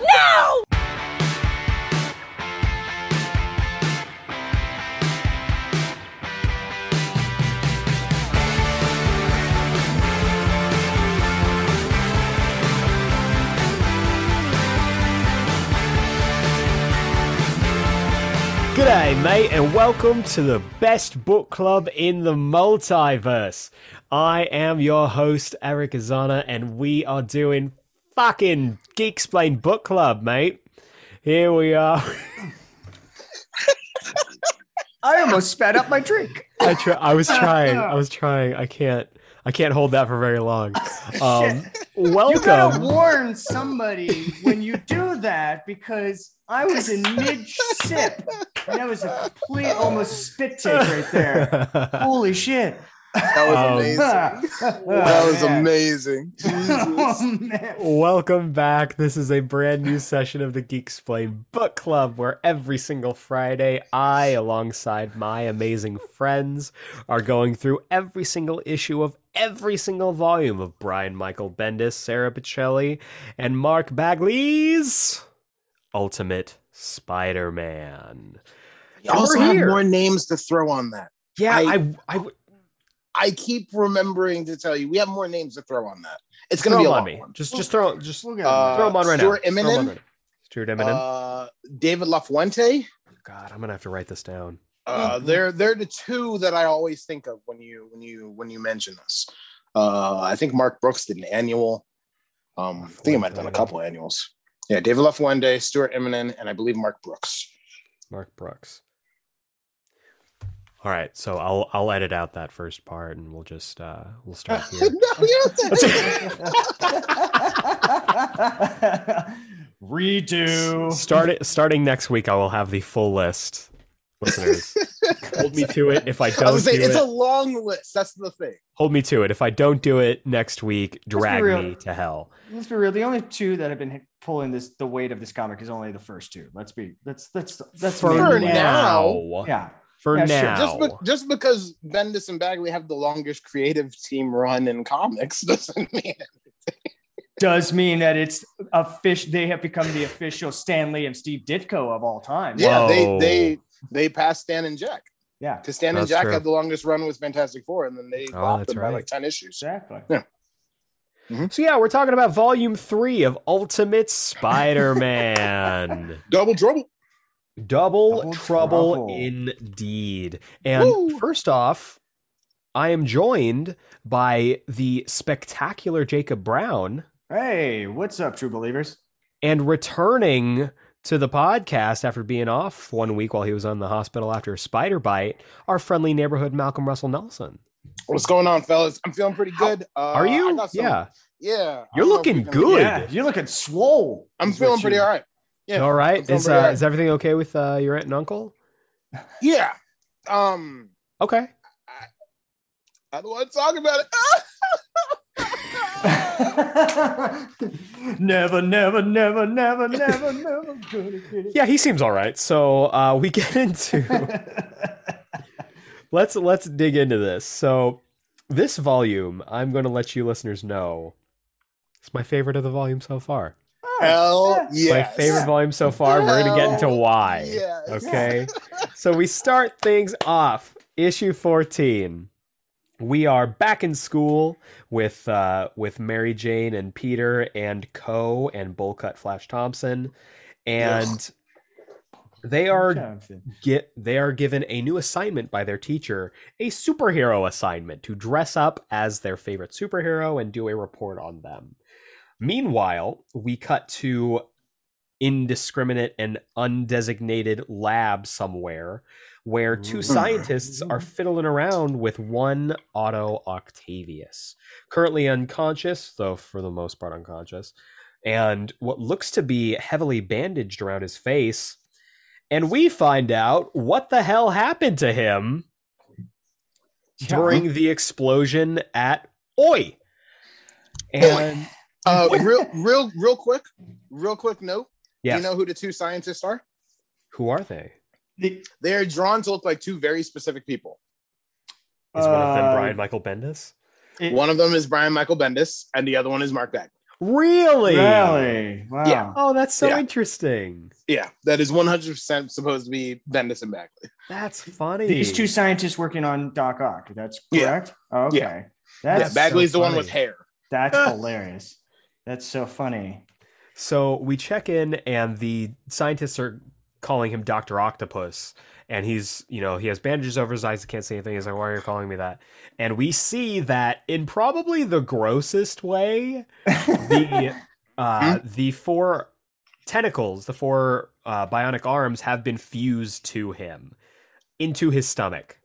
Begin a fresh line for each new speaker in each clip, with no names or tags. No!
G'day, mate, and welcome to the best book club in the multiverse. I am your host, Eric Azana, and we are doing fucking Geek Explain Book Club, mate. Here we are.
I almost spat out my drink.
I try, I was trying. I was trying. I can't. I can't hold that for very long. Um,
You gotta
welcome.
warn somebody when you do that because I was in mid sip. and That was a complete almost spit take right there. Holy shit.
That was
Um,
amazing.
that
that was amazing. Jesus.
Oh, man.
Welcome back. This is a brand new session of the Geek Explain Book Club where every single Friday I, alongside my amazing friends, are going through every single issue of every single volume of Brian Michael Bendis, Sarah Pacelli, and Mark Bagley's Ultimate Spider Man.
You also
We're
have
here.
more names to throw on that.
Yeah,
I-
I, I,
I keep remembering to tell you, we have more names to throw on that. It's going
throw
to be a
them on
long
me.
one.
Just, just throw, just
We'll get
Uh,
throw them on right
Stuart
now. Throw 'em on
Eminem?
right now. Stuart Eminem.
Uh, David LaFuente.
God, I'm gonna have to write this down.
Uh,
Mhm.
they're they're the two that I always think of when you when you when you mention us. Uh, I think Mark Brooks did an annual. Um, I think he might have done a couple annuals. Yeah, David LaFuente, Stuart Eminem, and I believe Mark Brooks.
Mark Brooks. All right, so I'll I'll edit out that first part, and we'll just uh, we'll start
No,
here.
you don't say-
Redo.
Start it, starting next week. I will have the full list, listeners. hold me to it. If I
I
don't
was saying,
do
it's
it,
a long list. That's the thing.
hold me to it. If I don't do it next week, drag
real.
me to hell.
Let's be real. The only two that have been hit- pulling this the weight of this comic is only the first two. Let's be that's that's that's
for
For
maybe-
now,
Yeah.
for
Yeah, sure.
now,
Just, be- just because Bendis and Bagley have the longest creative team run in comics doesn't mean it.
does mean that it's a fish. They have become the official Stanley and Steve Ditko of all time.
Yeah,
Whoa.
they they they passed Stan and Jack
Yeah,
because Stan
That's
and Jack
true.
had the longest run with Fantastic Four, and then they
Oh,
lopped
that's
them
right.
by like ten issues.
exactly.
so yeah, we're talking about volume three of Ultimate Spider-Man.
Double trouble.
Double,
Double
trouble,
trouble.
indeed. And
Woo.
first off, I am joined by the spectacular Jacob Brown
Hey, what's up, true believers?
and returning to the podcast after being off one week while he was on the hospital after a spider bite, our friendly neighborhood Malcolm Russell Nelson.
What's going on, fellas? I'm feeling pretty good. Uh,
Are
I
you?
got some-
yeah.
yeah. I
You're
don't know if
looking
we can-
good.
Yeah, you're looking swole.
I'm
is what
feeling pretty
you-
all right. Yeah,
All
I'm
right.
feeling
Is,
pretty
uh,
all
is everything okay with uh, your aunt and uncle?
Yeah. Um.
Okay.
I don't want to talk about it.
never, never, never, never, never, never gonna get it.
Yeah, he seems all right. So uh, we get into. let's let's dig into this. So this volume, I'm going to let you listeners know, it's my favorite of the volume so far.
Ah,
Hell yeah.
My favorite volume so far. We're going to get into
Hell
why.
Yes.
Okay. so we start things off. Issue 14. We are back in school with uh, with Mary Jane and Peter and Co and Bullcut Flash Thompson, and they are get they are given a new assignment by their teacher a superhero assignment to dress up as their favorite superhero and do a report on them meanwhile we cut to indiscriminate and undesignated lab somewhere where two
Ooh.
scientists are fiddling around with one otto octavius currently unconscious though for the most part unconscious and what looks to be heavily bandaged around his face and we find out what the hell happened to him during the explosion at Oi. And
Uh, real, real, real quick, real quick note.
yes,
Do you know who the two scientists are?
who are they?
is
They are drawn to look like two very specific people.
uh,
Is one of them Brian Michael Bendis?
One of them is Brian Michael Bendis, and the other one is Mark Bagley.
Really?
Really? Wow.
Yeah.
Oh, that's so
Yeah.
interesting.
Yeah, that is 100% supposed to be Bendis and Bagley.
That's funny.
These two scientists working on Doc Ock. That's
Yeah.
correct. Okay.
Yeah.
That's
yeah, Bagley's
so
the one
funny.
with hair.
that's hilarious. That's so funny.
So we check in, and the scientists are calling him Doctor Octopus, and he's you know he has bandages over his eyes, he can't see anything. He's like, "Why are you calling me that?" And we see that in probably the grossest way, the uh,
Hmm?
the four tentacles, the four uh, bionic arms, have been fused to him into his stomach.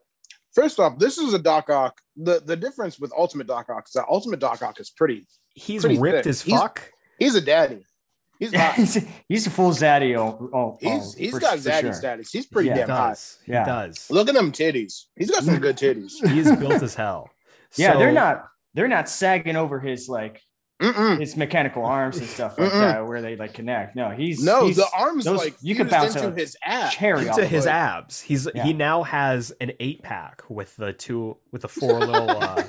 First off, this is a Doc Ock. The the difference with Ultimate Doc Ock is that Ultimate Doc Ock is pretty.
He's
Pretty
ripped
thick.
as
He's-
fuck.
He's a daddy. He's hot. he's
he's, he's a full zaddy. Oh, oh,
he's
oh, for-
got
for
zaddy
sure.
status. He's pretty
Yeah,
he
damn hot.
does. He
Yeah.
does.
Look at them titties. He's got some good titties.
He's built as hell.
Yeah, they're
So-
not they're not sagging over his like
Mm-mm.
his mechanical arms and stuff like
Mm-mm.
that where they like connect. No, he's
No,
he's
the arms
those-
like
you could
fused
bounce
into
a
his ass.
cherry off
into
of
his
it.
abs. He's
Yeah.
he now has an eight pack with the two with the four little uh,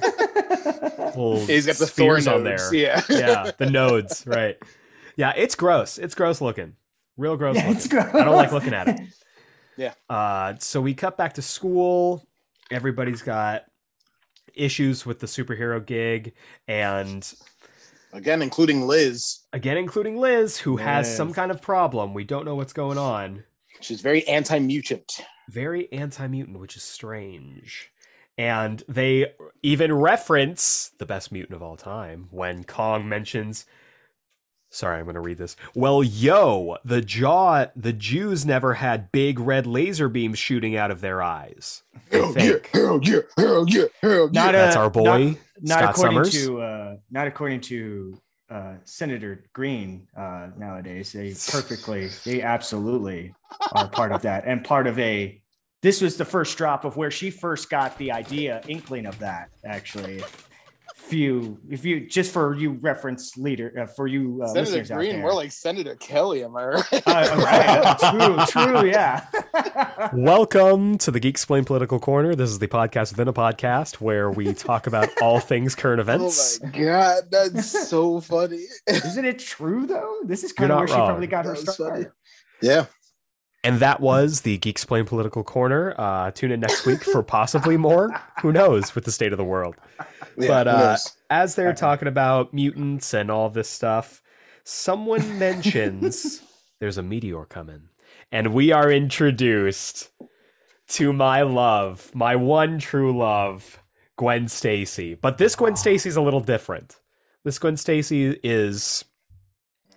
little
He's got the
spheres
thorns
on there.
Yeah.
yeah, the nodes, right? Yeah, it's gross. It's gross looking, real gross
Yeah,
looking.
it's gross.
I don't like looking at it.
Yeah.
Uh, so we cut back to school. Everybody's got issues with the superhero gig, and
Again, including Liz.
again, including Liz, who has
Liz.
some kind of problem. We don't know what's going on.
She's very anti-mutant.
very anti-mutant which is strange and they even reference the best mutant of all time when kong mentions sorry i'm going to read this well yo the jaw the jews never had big red laser beams shooting out of their eyes
Hell Oh, yeah,
think.
hell yeah, hell yeah, hell yeah.
Not a-
that's our boy
Not
Scott
according
Summers?
to uh, not according to uh, Senator Green uh, nowadays. They perfectly, they absolutely are part of that and part of a. This was the first drop of where she first got the idea, inkling of that actually. If you, if you, just for you reference leader, uh, for you uh,
Senator
listeners out
Green,
there.
we're like Senator Kelly, am I right? Oh
Uh, right. true, true, yeah.
Welcome to the Geek Explain Political Corner. This is the podcast within a podcast where we talk about all things current events.
Oh my god, that's so funny.
Isn't it true though? This is
You're
kind of
not
where she
wrong.
probably got her
That was
start.
funny. yeah.
And that was the Geek Explain Political Corner. Uh, tune in next week for possibly more. Who knows with the state of the world.
yeah,
But,
who
uh,
knows?
As they're
Okay.
talking about mutants and all this stuff, someone mentions there's a meteor coming. And we are introduced to my love, my one true love, Gwen Stacy. But this Gwen
Wow.
Stacy's a little different. This Gwen Stacy is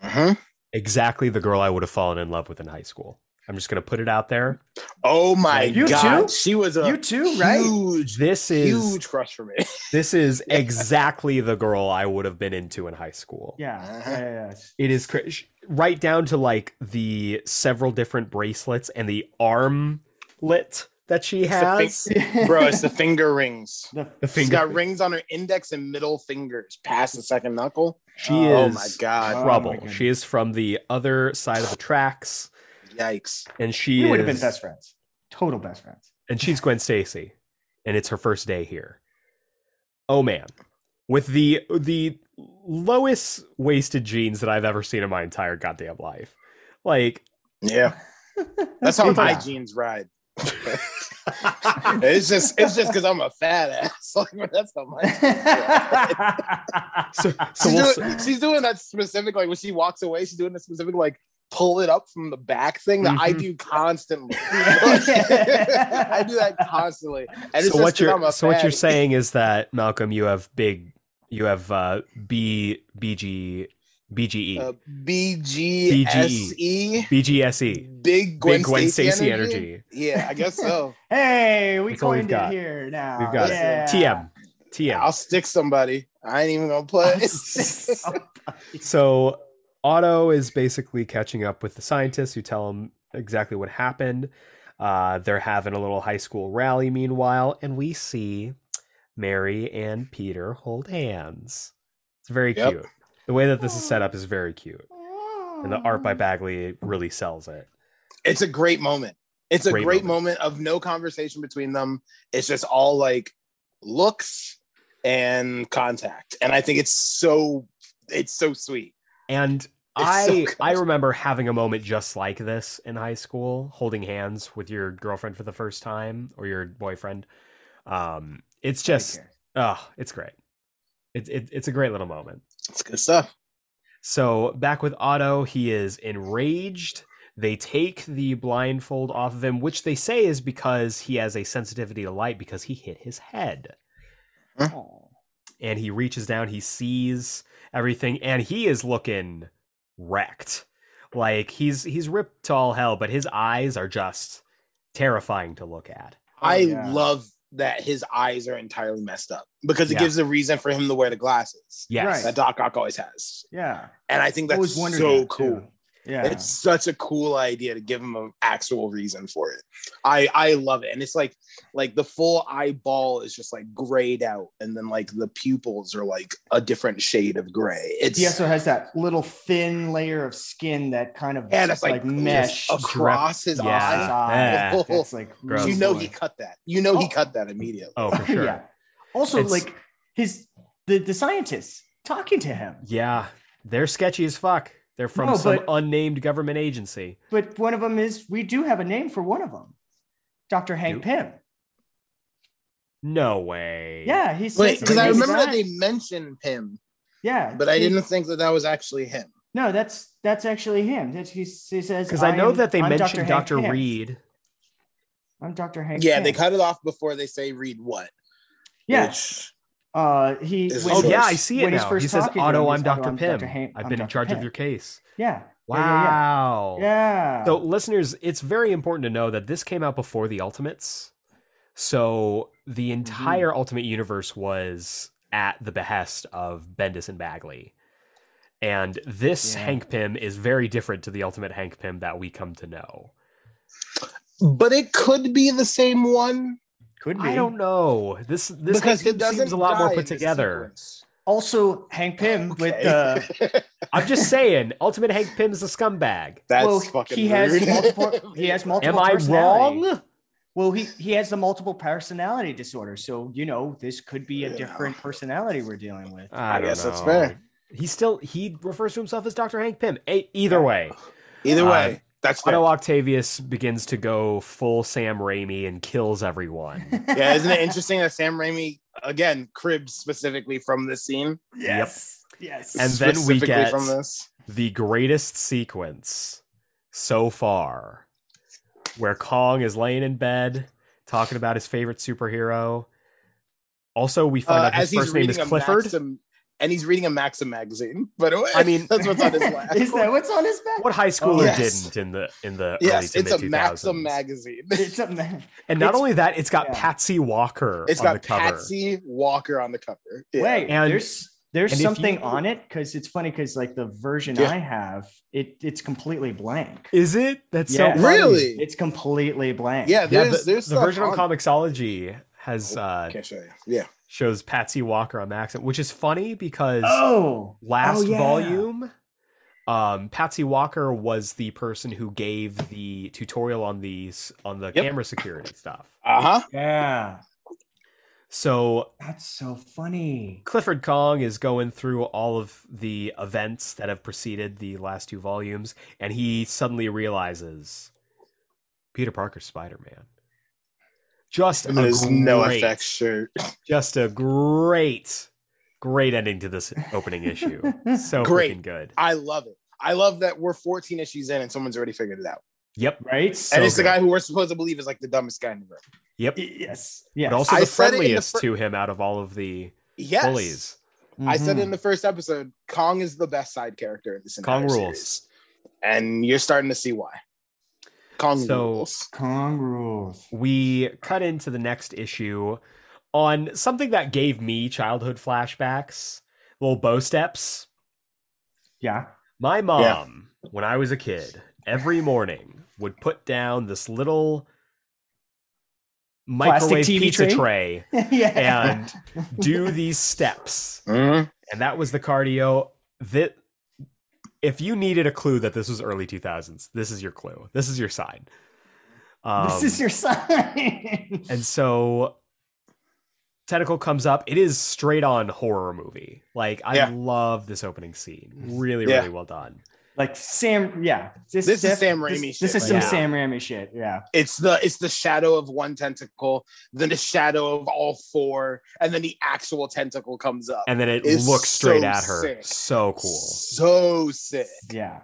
Mhm.
exactly the girl I would have fallen in love with in high school. I'm just going to put it out there.
Oh my
You
god,
too?
she was a
You too, right?
huge,
This is
huge crush for me.
This is exactly the girl I would have been into in high school.
Yeah,
Uh-huh.
yeah, yeah, yeah.
It is cra- sh- right down to like the several different bracelets and the armlet that she has.
Bro, it's the finger rings.
The-
The
She's
finger.
got rings on her index and middle fingers past the second knuckle.
she
oh
is
my god.
trouble.
Oh my
she is from the other side of the tracks,
Yikes.
and she
we would
is,
have been best friends, total best friends.
and she's Gwen Stacy, and it's her first day here. Oh man, with the the lowest waisted jeans that I've ever seen in my entire goddamn life, like.
Yeah. That's how
Yeah.
my jeans ride. it's just it's just because I'm a fat ass. Like that's how my
So, so
she's,
we'll, s-
doing, she's doing that specific like when she walks away, she's doing that specific like pull it up from the back thing that I
Mhm.
do constantly.
Yeah.
I do that constantly. And it's
so
just
what
'cause
you're
I'm a
so what you're
fat-
saying is that Malcolm, you have big, you have uh, B BG BGE
uh, BGSE
BGSE
E. Big Gwen,
E. big Gwen
Stacy,
Stacy
energy?
energy.
Yeah, I guess so.
hey, we
That's all we've
coined
got.
it here now.
We've got it.
yeah.
TM TM.
I'll stick somebody. I ain't even gonna play.
So Otto is basically catching up with the scientists who tell him exactly what happened. Uh, they're having a little high school rally meanwhile, and we see Mary and Peter hold hands. It's very
Yep.
cute. The way that this is set up is very cute. And the art by Bagley really sells it.
it's a great moment. It's a
Great
great, moment. of no conversation between them. It's just all like looks and contact. And I think it's so it's so sweet.
And
It's so
I
good.
I remember having a moment just like this in high school, holding hands with your girlfriend for the first time or your boyfriend. Um, it's just
care.
oh, it's great. It's it, it's a great little moment.
It's good stuff.
So back with Otto, he is enraged. They take the blindfold off of him, which they say is because he has a sensitivity to light because he hit his head.
Aw.
And he reaches down, he sees everything, and he is looking wrecked. Like he's he's ripped to all hell, but his eyes are just terrifying to look at.
I
Oh, yeah.
love that his eyes are entirely messed up because it
Yeah.
gives a reason for him to wear the glasses
Yes.
that Doc Ock always has.
Yeah,
And I think
I
that's
always wondered
so
that, too.
cool.
Yeah,
It's such a cool idea to give him an actual reason for it. I I love it, and it's like like the full eyeball is just like grayed out, and then like the pupils are like a different shade of gray. It's
he also has that little thin layer of skin that kind of
yeah, that's like,
mesh.
across his
Yeah.
eyes.
Yeah.
Oh,
That's like
Gross.
You
really
know
cool.
he cut that. You know he
Oh.
cut that immediately.
Oh, for sure.
yeah. Also,
It's-
like his the the scientists talking to him,
Yeah, they're sketchy as fuck. They're from
No,
some
but-
unnamed government agency.
but one of them is we do have a name for one of them, Doctor Hank
Do-
Pym.
No way.
Yeah, he's
Wait, because I
He's
remember that they mentioned him,
Yeah,
but I
he-
didn't think that that was actually him.
No, that's that's actually him. That's, he, he says
because I know
"I'm-
that they
I'm
mentioned
Hank
Doctor
Pym.
Reed.
I'm Doctor Hank.
Yeah, they
Pym."
cut it off before they say read what.
Yeah,
which-
uh, he.
Is
when
Oh yeah,
Yes.
he's-
I see it
when he's
now.
first
He says,
talking to him,
"Otto,
he's,
I'm Doctor
I'm
Pym.
Dr. Hank-
I've
I'm
been in
Dr.
charge
Pym."
of your case."
Yeah. Yeah.
Wow.
yeah, yeah.
So, listeners, it's very important to know that this came out before the Ultimates. So, the
Mm-hmm.
entire Ultimate Universe was at the behest of Bendis and Bagley. And this
Yeah.
Hank Pym is very different to the Ultimate Hank Pym that we come to know.
But it could be the same one
could be.
I don't know. This this
because
Hank
he
Pym
doesn't
seems a lot more
die
put
in this
together.
sequence.
Also, Hank Pym with
Okay.
uh,
I'm just saying, Ultimate Hank Pym's a scumbag.
That's
well,
fucking
he has
rude.
multiple. He has multiple.
Am I
personality.
wrong?
Well, he he has the multiple personality disorder, so you know this could be a
Yeah.
different personality we're dealing with.
I
don't
guess that's
know.
fair.
He still he refers to himself as Dr. Hank Pym. A- either way,
Either
Uh,
way, that's fair.
Otto Octavius begins to go full Sam Raimi and kills everyone.
yeah, isn't it interesting that Sam Raimi again cribs specifically from this scene?
Yes. Yes.
And then we
Specifically
get-
from this.
the greatest sequence so far, where Kong is laying in bed talking about his favorite superhero. Also, we find
Uh,
out
as
his
he's
first name is
reading a
Clifford.
Maxim, and he's reading a Maxim magazine. By the way,
I mean-
that's what's on his lap.
Is that what's on his back?
What high schooler
Oh, yes.
didn't in the in the early
Yes,
to
it's
mid
a
2000s?
Maxim magazine.
It's a man.
And not
It's-
only that, it's got
yeah.
Patsy Walker
It's
on the
got
cover.
Patsy Walker on the cover. Yeah.
Wait,
And-
there's there's
and if
something
you-
on it because it's funny because like the version
Yeah.
I have, it it's completely blank.
Is it? That's
Yeah.
so funny.
Really?
It's completely blank.
Yeah,
Yeah,
there's
the,
there's
the
stuff
version on
on- Oh.
Comixology has uh,
Can't show you. Yeah.
shows Patsy Walker on the accent, which is funny because
Oh,
last
Oh, yeah.
volume, um, Patsy Walker was the person who gave the tutorial on these on the
Yep.
camera security stuff.
Uh huh.
yeah.
So
That's so funny.
Clifford Kong is going through all of the events that have preceded the last two volumes, and he suddenly realizes Peter Parker's Spider Man. Just a
There's no
great-
effects shirt.
Just a great, great ending to this opening issue. So
Great.
freaking good.
I love it. I love that we're 14 issues in and someone's already figured it out.
Yep.
Right?
So
and it's
good.
the guy who we're supposed to believe is like the dumbest guy in the room.
Yep.
yes. Yes.
But also
I
the
said it in the
friendliest
fir-
to him out of all of the
Yes.
bullies. Mm-hmm.
I said
Mhm.
in the first episode, Kong is the best side character in this entire
Kong rules.
series. And you're starting to see why. Kong
So-
rules.
Kong rules.
we cut into the next issue on something that gave me childhood flashbacks little bow steps
Yeah.
my mom when i was a kid every morning would put down this little
Plastic
microwave
TV
pizza
tray?
tray
yeah.
and do these steps
Mhm.
and that was the cardio that if you needed a clue that this was early 2000s this is your clue this is your sign um,
this is your sign.
And so tentacle comes up. It is straight on horror movie. Like I
Yeah.
love this opening scene. Really,
Yeah.
really well done.
Like Sam, yeah.
This is
def-
Sam
this-
Raimi
This
shit,
is some
like-
Sam Raimi shit. Yeah.
It's the it's the shadow of one tentacle, then the shadow of all four, and then the actual tentacle comes up.
And then it
It's
looks straight
so
at her.
sick.
So cool.
So sick.
Yeah.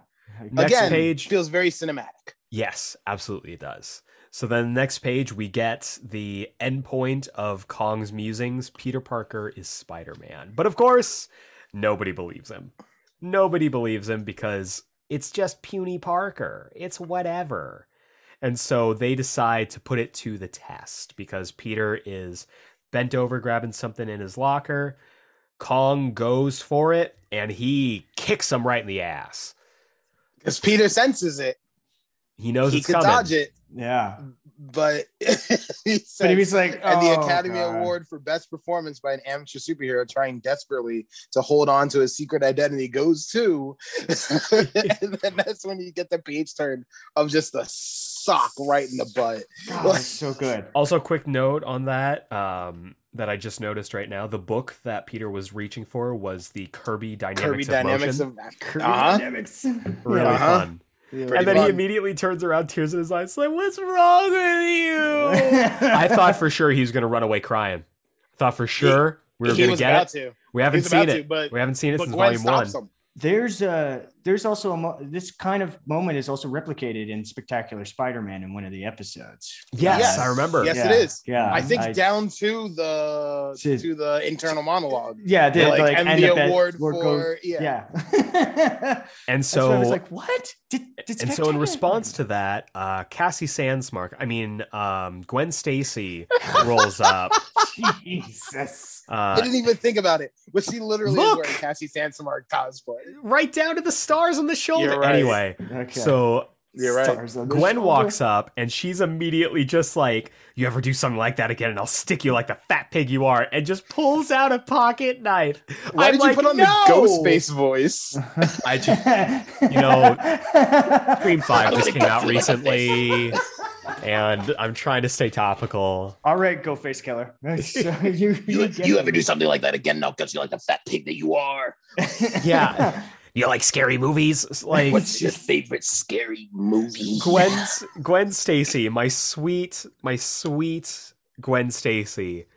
Next
Again,
page.
feels very cinematic.
Yes, absolutely it does. So then the next page we get the endpoint of Kong's musings. Peter Parker is Spider-Man. But of course, nobody believes him. Nobody believes him because it's just puny Parker. It's whatever. And so they decide to put it to the test because Peter is bent over grabbing something in his locker. Kong goes for it and he kicks him right in the ass.
Because Peter senses it.
He knows
he
it's
could
coming.
dodge it,
Yeah.
but he
But he
said-
was like,
and the
"Oh,
Academy
God."
Award for Best Performance by an Amateur Superhero trying desperately to hold on to his secret identity goes to. and then that's when you get the page turn of just a sock right in the butt.
God, it's so good.
Also, quick note on that um, that I just noticed right now: the book that Peter was reaching for was the Kirby Dynamics
Kirby
of
Dynamics
Motion.
of
Kirby
Uh-huh.
Dynamics.
really
Yeah. Uh-huh.
fun.
Pretty
and then he
fun.
immediately turns around, tears in his eyes, like, "What's wrong with you?" I thought for sure he was going to run away crying. I thought for sure we were
he
going to
was
get
about
it.
to.
We
He
haven't
was about
seen
to,
it.
but,
We haven't seen it
but
since
Gwen
Volume One.
stops him.
there's a there's also a mo- this kind of moment is also replicated in Spectacular Spider-Man in one of the episodes.
Yes,
Yes.
I remember.
Yes, it
Yeah,
is.
Yeah,
I think down to the
To-
to, the internal monologue.
Yeah, they,
like,
like,
and
end
the
up at-
award
where
for
it goes-
yeah.
yeah.
And
so
so
I was like, what? Did, did
and so in
Spectacular-
response to that, uh, Cassie Sandsmark, I mean um, Gwen Stacy, rolls up.
Jesus,
I
Uh,
didn't even think about it, but she literally
Look!
is wearing Cassie Sansamar cosplay.
right down to the stars on the shoulder.
You're right.
Anyway,
okay.
so
You're right.
Stars on the
Gwen
shoulder.
walks up and she's immediately just like, You ever do something like that again and I'll stick you like the fat pig you are, and just pulls out a pocket knife.
Why
I'm
did
like,
you put on
"No!"
the ghost face voice?
I just, you know, Scream 5 just came out recently, and I'm trying to stay topical.
All right, go face killer. So you,
You,
get
you
it.
ever do something like that again? Now, because you're like the fat pig that you are.
Yeah. You like scary movies? It's Like,
What's your favorite scary movie?
Gwen's Gwen Stacy, my sweet, my sweet Gwen Stacy is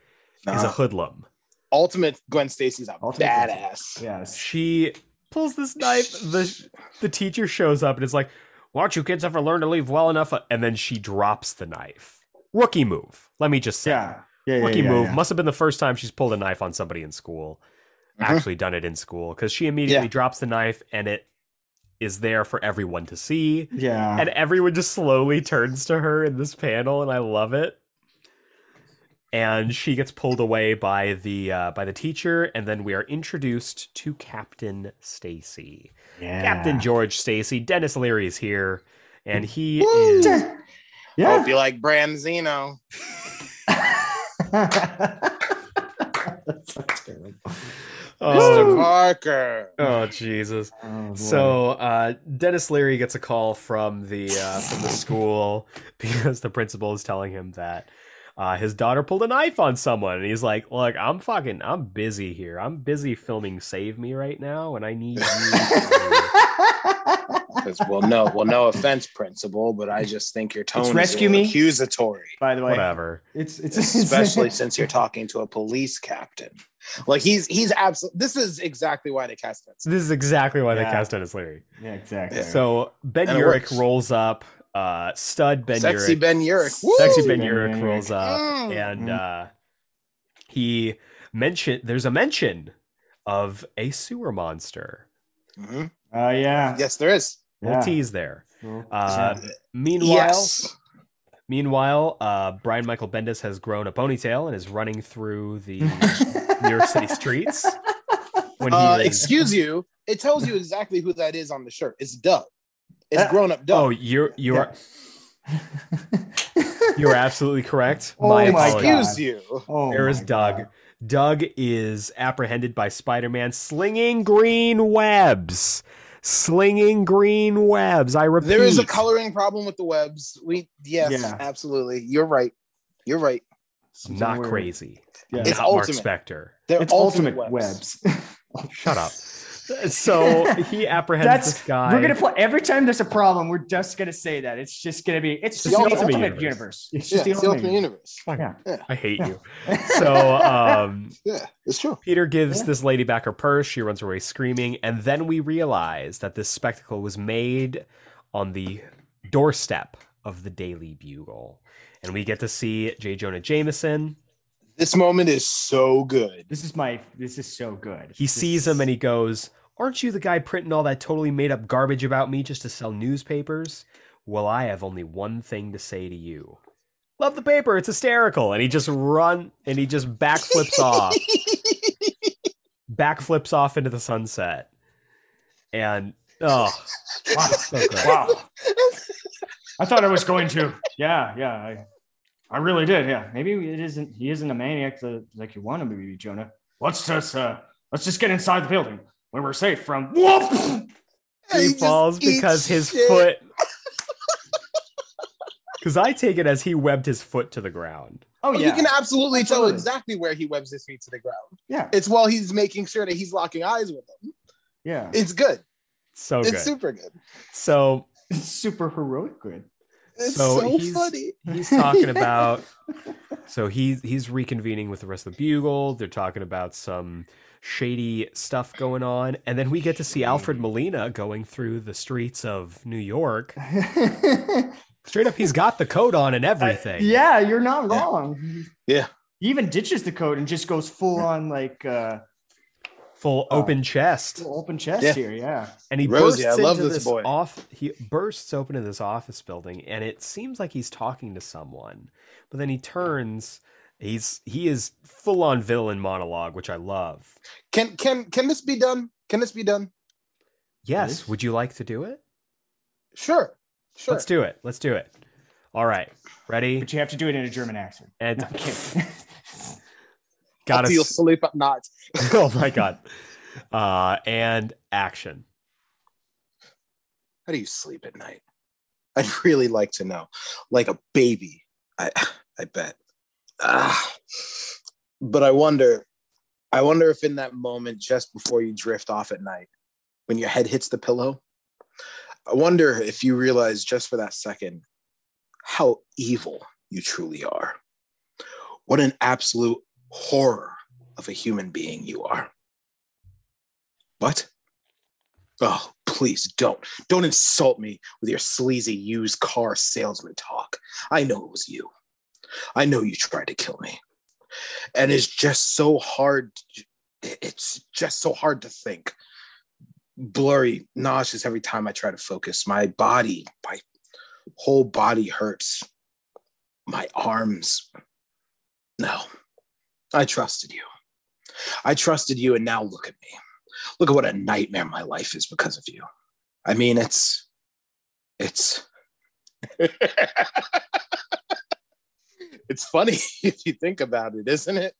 a
Uh-huh.
hoodlum.
Ultimate Gwen Stacy's a
Ultimate Gwen
badass.
Yes.
she pulls this knife. The the teacher shows up and is like, "Why don't you kids ever learn to leave well enough?" And then she drops the knife. Rookie move. Let me just say,
Yeah. Yeah. yeah,
rookie
yeah,
move
yeah.
must have been the first time she's pulled a knife on somebody in school.
Mhm.
Mm-hmm.
Actually, done it in school because she immediately drops the knife and it is there for everyone to see,
Yeah.
and everyone just slowly turns to her in this panel, and I love it. And she gets pulled away by the uh, by the teacher, and then we are introduced to Captain Stacy.
yeah.
Captain George Stacy. Dennis Leary is here, and he
Woo!
is
Yeah.
Hope you like Branzino.
That's so terrible.
Mr.
oh,
Parker.
oh, Jesus.
Oh, boy.
So uh, Dennis Leary gets a call from the uh, from the school because the principal is telling him that uh, his daughter pulled a knife on someone, and he's like, "Look, I'm fucking, I'm busy here. I'm busy filming Save Me right now, and I need you." to-"
Because, well, no, well, no offense, principal, but I just think your tone
Rescue
is a
Me.
little accusatory.
By the way,
Whatever.
it's it's
especially since you're talking to a police captain. Like he's he's absolutely. This is exactly why they cast that.
So this is exactly why they
Yeah.
cast Dennis Leary.
yeah, exactly.
So Ben
And it
Urich
works.
rolls up, uh, stud Ben
Sexy
Urich.
Ben Urich.
Sexy
Woo!
Ben
Ben
Urich
Urich.
rolls up,
Mm.
and
Mhm.
uh, he mentioned there's a mention of a sewer monster.
Mhm.
Oh yeah.
Yes, there is.
Little tease there.
Cool.
Uh, meanwhile,
Yes.
meanwhile, uh, Brian Michael Bendis has grown a ponytail and is running through the New York City streets. When he
Uh,
is-
excuse you. It tells you exactly who that is on the shirt. It's Doug. It's
Uh,
grown up
oh,
Doug.
you're you're you're absolutely correct.
Oh
my
my
apologies.
God.
excuse you.
oh,
There is
my
Doug.
God.
Doug is apprehended by Spider Man slinging green webs. Slinging green webs. I repeat.
There is a coloring problem with the webs. We yes,
Yeah.
absolutely. You're right. You're right.
Some
Not
word.
crazy.
Yeah.
It's
Not Mark
ultimate.
Spector.
They're
It's ultimate webs.
Shut up. So he apprehends
That's-
this guy.
We're gonna play every time there's a problem. We're just gonna say that it's just gonna be it's just the ultimate, universe. It's
Yeah,
just
it's the ultimate universe.
I hate you. So um,
Yeah, it's true.
Peter gives
Yeah.
this lady back her purse. She runs away screaming. And then we realize that this spectacle was made on the doorstep of the Daily Bugle. And we get to see J. Jonah Jameson.
This moment is so good.
This is my. This is so good.
He
This
sees
is-
him and he goes, Aren't you the guy printing all that totally made up garbage about me just to sell newspapers? Well, I have only one thing to say to you. Love the paper. It's hysterical. And he just run and he just backflips off. backflips off into the sunset. And oh,
Wow.
so good.
wow. I thought I was going to. Yeah, yeah. I, I really did. Yeah. Maybe it isn't. He isn't a maniac that, like you want him to be, Jonah. Let's just uh, let's just get inside the building where we're safe from. Whoop!
he,
just
falls
eats
because his
shit.
foot. Because I take it as he webbed his foot to the ground.
Oh
Well,
yeah.
You can absolutely tell
Absolutely.
exactly where he webs his feet to the ground.
yeah.
It's while he's making sure that he's locking eyes with them.
Yeah.
It's good.
So good.
It's super good.
so
It's super heroic. Good.
It's
So
so,
he's-
funny.
he's talking about. So he's he's reconvening with the rest of the bugle. They're talking about some shady stuff going on, and then we get to see Alfred Molina going through the streets of New York. Straight up, he's got the coat on and everything.
yeah, you're not
Yeah.
wrong.
Yeah.
He even ditches the coat and just goes full on like uh
full open chest.
full open chest
Yeah.
here. Yeah.
And he
Oh. Rosie,
bursts
I love
into
this
this,
boy.
off. He bursts open into this office building, and it seems like he's talking to someone. But then he turns. He's he is full on villain monologue, which I love.
Can can can this be done? Can this be done?
Yes,
Yes.
would you like to do it?
Sure. Sure.
Let's do it. Let's do it. All right, ready?
But you have to do it in a German accent.
And
No, I'm kidding.
got
Until you
us.
sleep at night.
Oh my god! Uh, and action.
How do you sleep at night? I'd really like to know. Like a baby. I I bet. Ah. But I wonder I wonder if in that moment just before you drift off at night when your head hits the pillow I wonder if you realize just for that second how evil you truly are. What an absolute horror of a human being you are. But oh, please don't. Don't insult me with your sleazy used car salesman talk. I know it was you. I know you tried to kill me. And it's just so hard. It's just so hard to think. Blurry, nauseous every time I try to focus. My body, my whole body hurts. My arms. No, I trusted you. I trusted you, and now look at me. Look at what a nightmare my life is because of you. I mean, it's, it's, it's funny if you think about it, isn't it?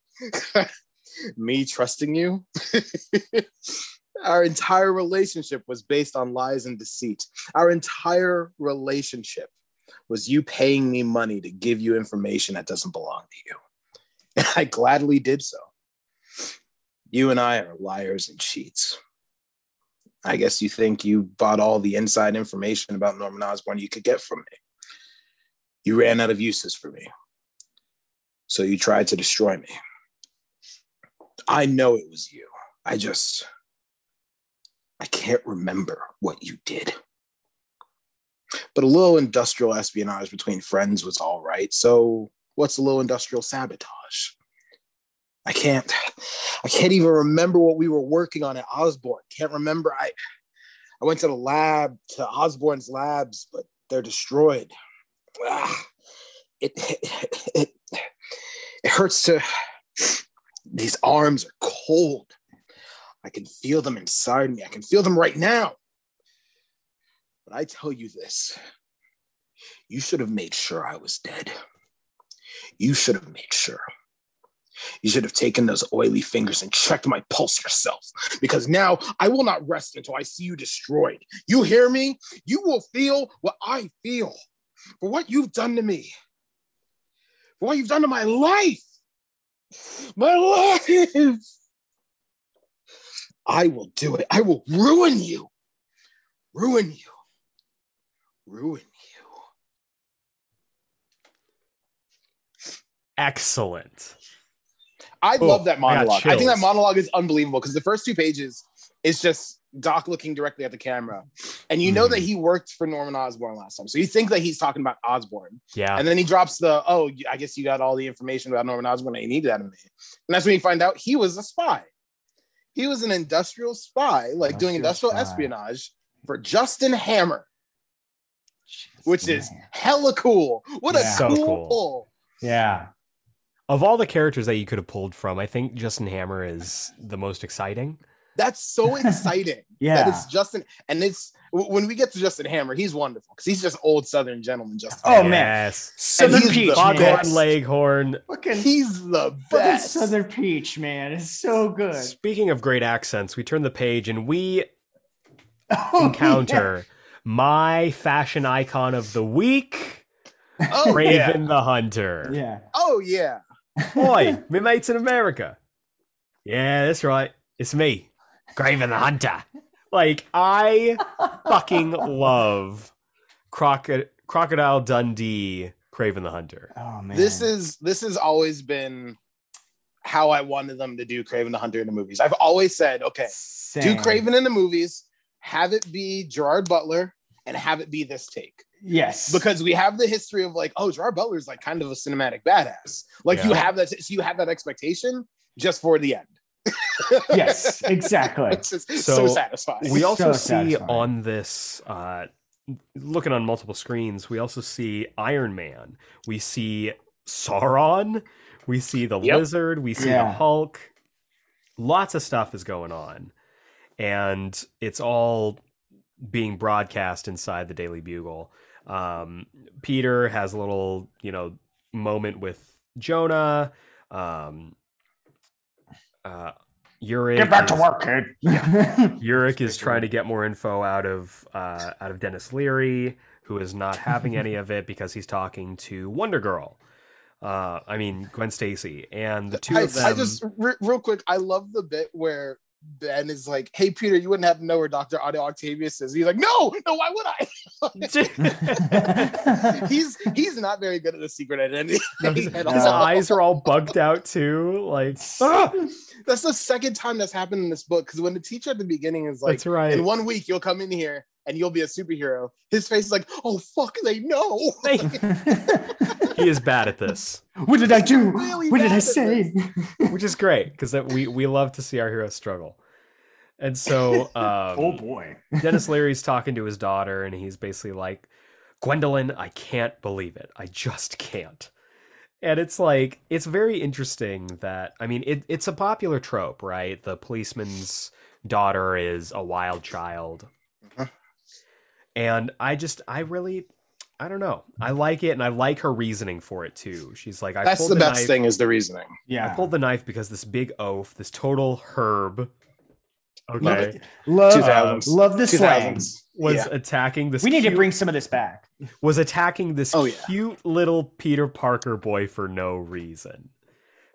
Me trusting you. Our entire relationship was based on lies and deceit. Our entire relationship was you paying me money to give you information that doesn't belong to you. And I gladly did so. You and I are liars and cheats. I guess you think you bought all the inside information about Norman Osborn you could get from me. You ran out of uses for me. So you tried to destroy me. I know it was you. I just, I can't remember what you did. But a little industrial espionage between friends was all right. So what's a little industrial sabotage? I can't, I can't even remember what we were working on at Osborne. Can't remember. I, I went to the lab, to Osborne's labs, but they're destroyed. Ah, it, it, it, it hurts to, these arms are cold. I can feel them inside me. I can feel them right now. But I tell you this you should have made sure I was dead. You should have made sure. You should have taken those oily fingers and checked my pulse yourself, because now I will not rest until I see you destroyed. You hear me? You will feel what I feel for what you've done to me, for for what you've done to my life. My life. I will do it. I will ruin you. Ruin you. Ruin you.
Excellent.
I
Oh,
love that
I got
monologue. I think that
chills.
monologue is unbelievable because the first two pages is just Doc looking directly at the camera. And you know
Mhm.
that he worked for Norman Osborn last time. So you think that he's talking about Osborn.
Yeah.
And then he drops the, oh, you- I guess you got all the information about Norman Osborn that you needed out of me. And that's when you find out he was a spy. He was an industrial spy, like doing
Industrial
industrial
spy.
espionage for Justin Hammer, which is
Man.
hella cool. What a
Yeah.
So
cool,
cool.
pull.
yeah.
of all the characters that you could have pulled from, I think Justin Hammer is the most exciting.
That's so exciting.
Yeah.
That it's Justin. And it's w- when we get to Justin Hammer, he's wonderful because he's just old Southern gentleman. Justin.
Oh,
Hammer.
man.
Yes.
Southern
he's
Peach.
the
Foghorn
best.
Leghorn.
Fucking,
He's the
fucking
best.
Southern Peach, man. It's so good.
Speaking of great accents, we turn the page and we
Oh,
encounter my fashion icon of the week,
Oh yeah.
Raven the Hunter.
Yeah. yeah.
Oh yeah.
Oi, me mates in America. Yeah, that's right. It's me, Graven the Hunter. Like, I fucking love Croco- Crocodile Dundee, Craven the Hunter.
Oh, man.
This is this has always been how I wanted them to do Craven the Hunter in the movies. I've always said, okay,
Same.
do Craven in the movies, have it be Gerard Butler, and have it be this take.
Yes.
because we have the history of like, oh, Gerard Butler is like kind of a cinematic badass. Like you
Yeah.
have that, so you have that expectation just for the end.
yes, exactly.
it's just
So,
so, satisfying.
We
So
also see
satisfying.
on this, uh, looking on multiple screens, we also see Iron Man. We see Sauron. We see the
Yep.
lizard. We see the
Yeah.
Hulk. Lots of stuff is going on. And it's all being broadcast inside the Daily Bugle. Um, Peter has a little, you know, moment with Jonah. Um, uh, Yurik
Get back to
is-
work, kid.
Yurik is trying to get more info out of uh, out of Dennis Leary, who is not having any of it because he's talking to Wonder Girl. Uh, I mean Gwen Stacy, and the two
I,
of them.
I just re- real quick, I love the bit where Ben is like, "Hey, Peter, you wouldn't have to know where Doctor Otto Octavius is." He's like, "No, no, why would I?" He's he's not very good at the secret identity.
No, his,
at
his
all.
eyes are all bugged out too. Like
Ah! That's the second time that's happened in this book. Because when the teacher at the beginning is like,
that's right.
in one week you'll come in here and you'll be a superhero. His face is like, oh fuck, they know.
he is bad at this,
what did I do?
Really
what did
bad
I
at
say?
which is great because we we love to see our heroes struggle. And so, um,
Oh boy.
Dennis Leary's talking to his daughter, and he's basically like, Gwendolyn, I can't believe it. I just can't. And it's like, it's very interesting that, I mean, it, it's a popular trope, right? The policeman's daughter is a wild child.
Mhm.
And I just, I really, I don't know. I like it, and I like her reasoning for it too. She's like, I
That's
pulled
the best
knife-
thing is the reasoning.
I
Yeah.
pulled the knife because this big oaf, this total herb,
Love
okay,
Love,
2000s.
love the slang.
2000s.
was
Yeah.
attacking this.
We need to
cute-
bring some of this back.
was attacking this
Oh, yeah.
cute little Peter Parker boy for no reason.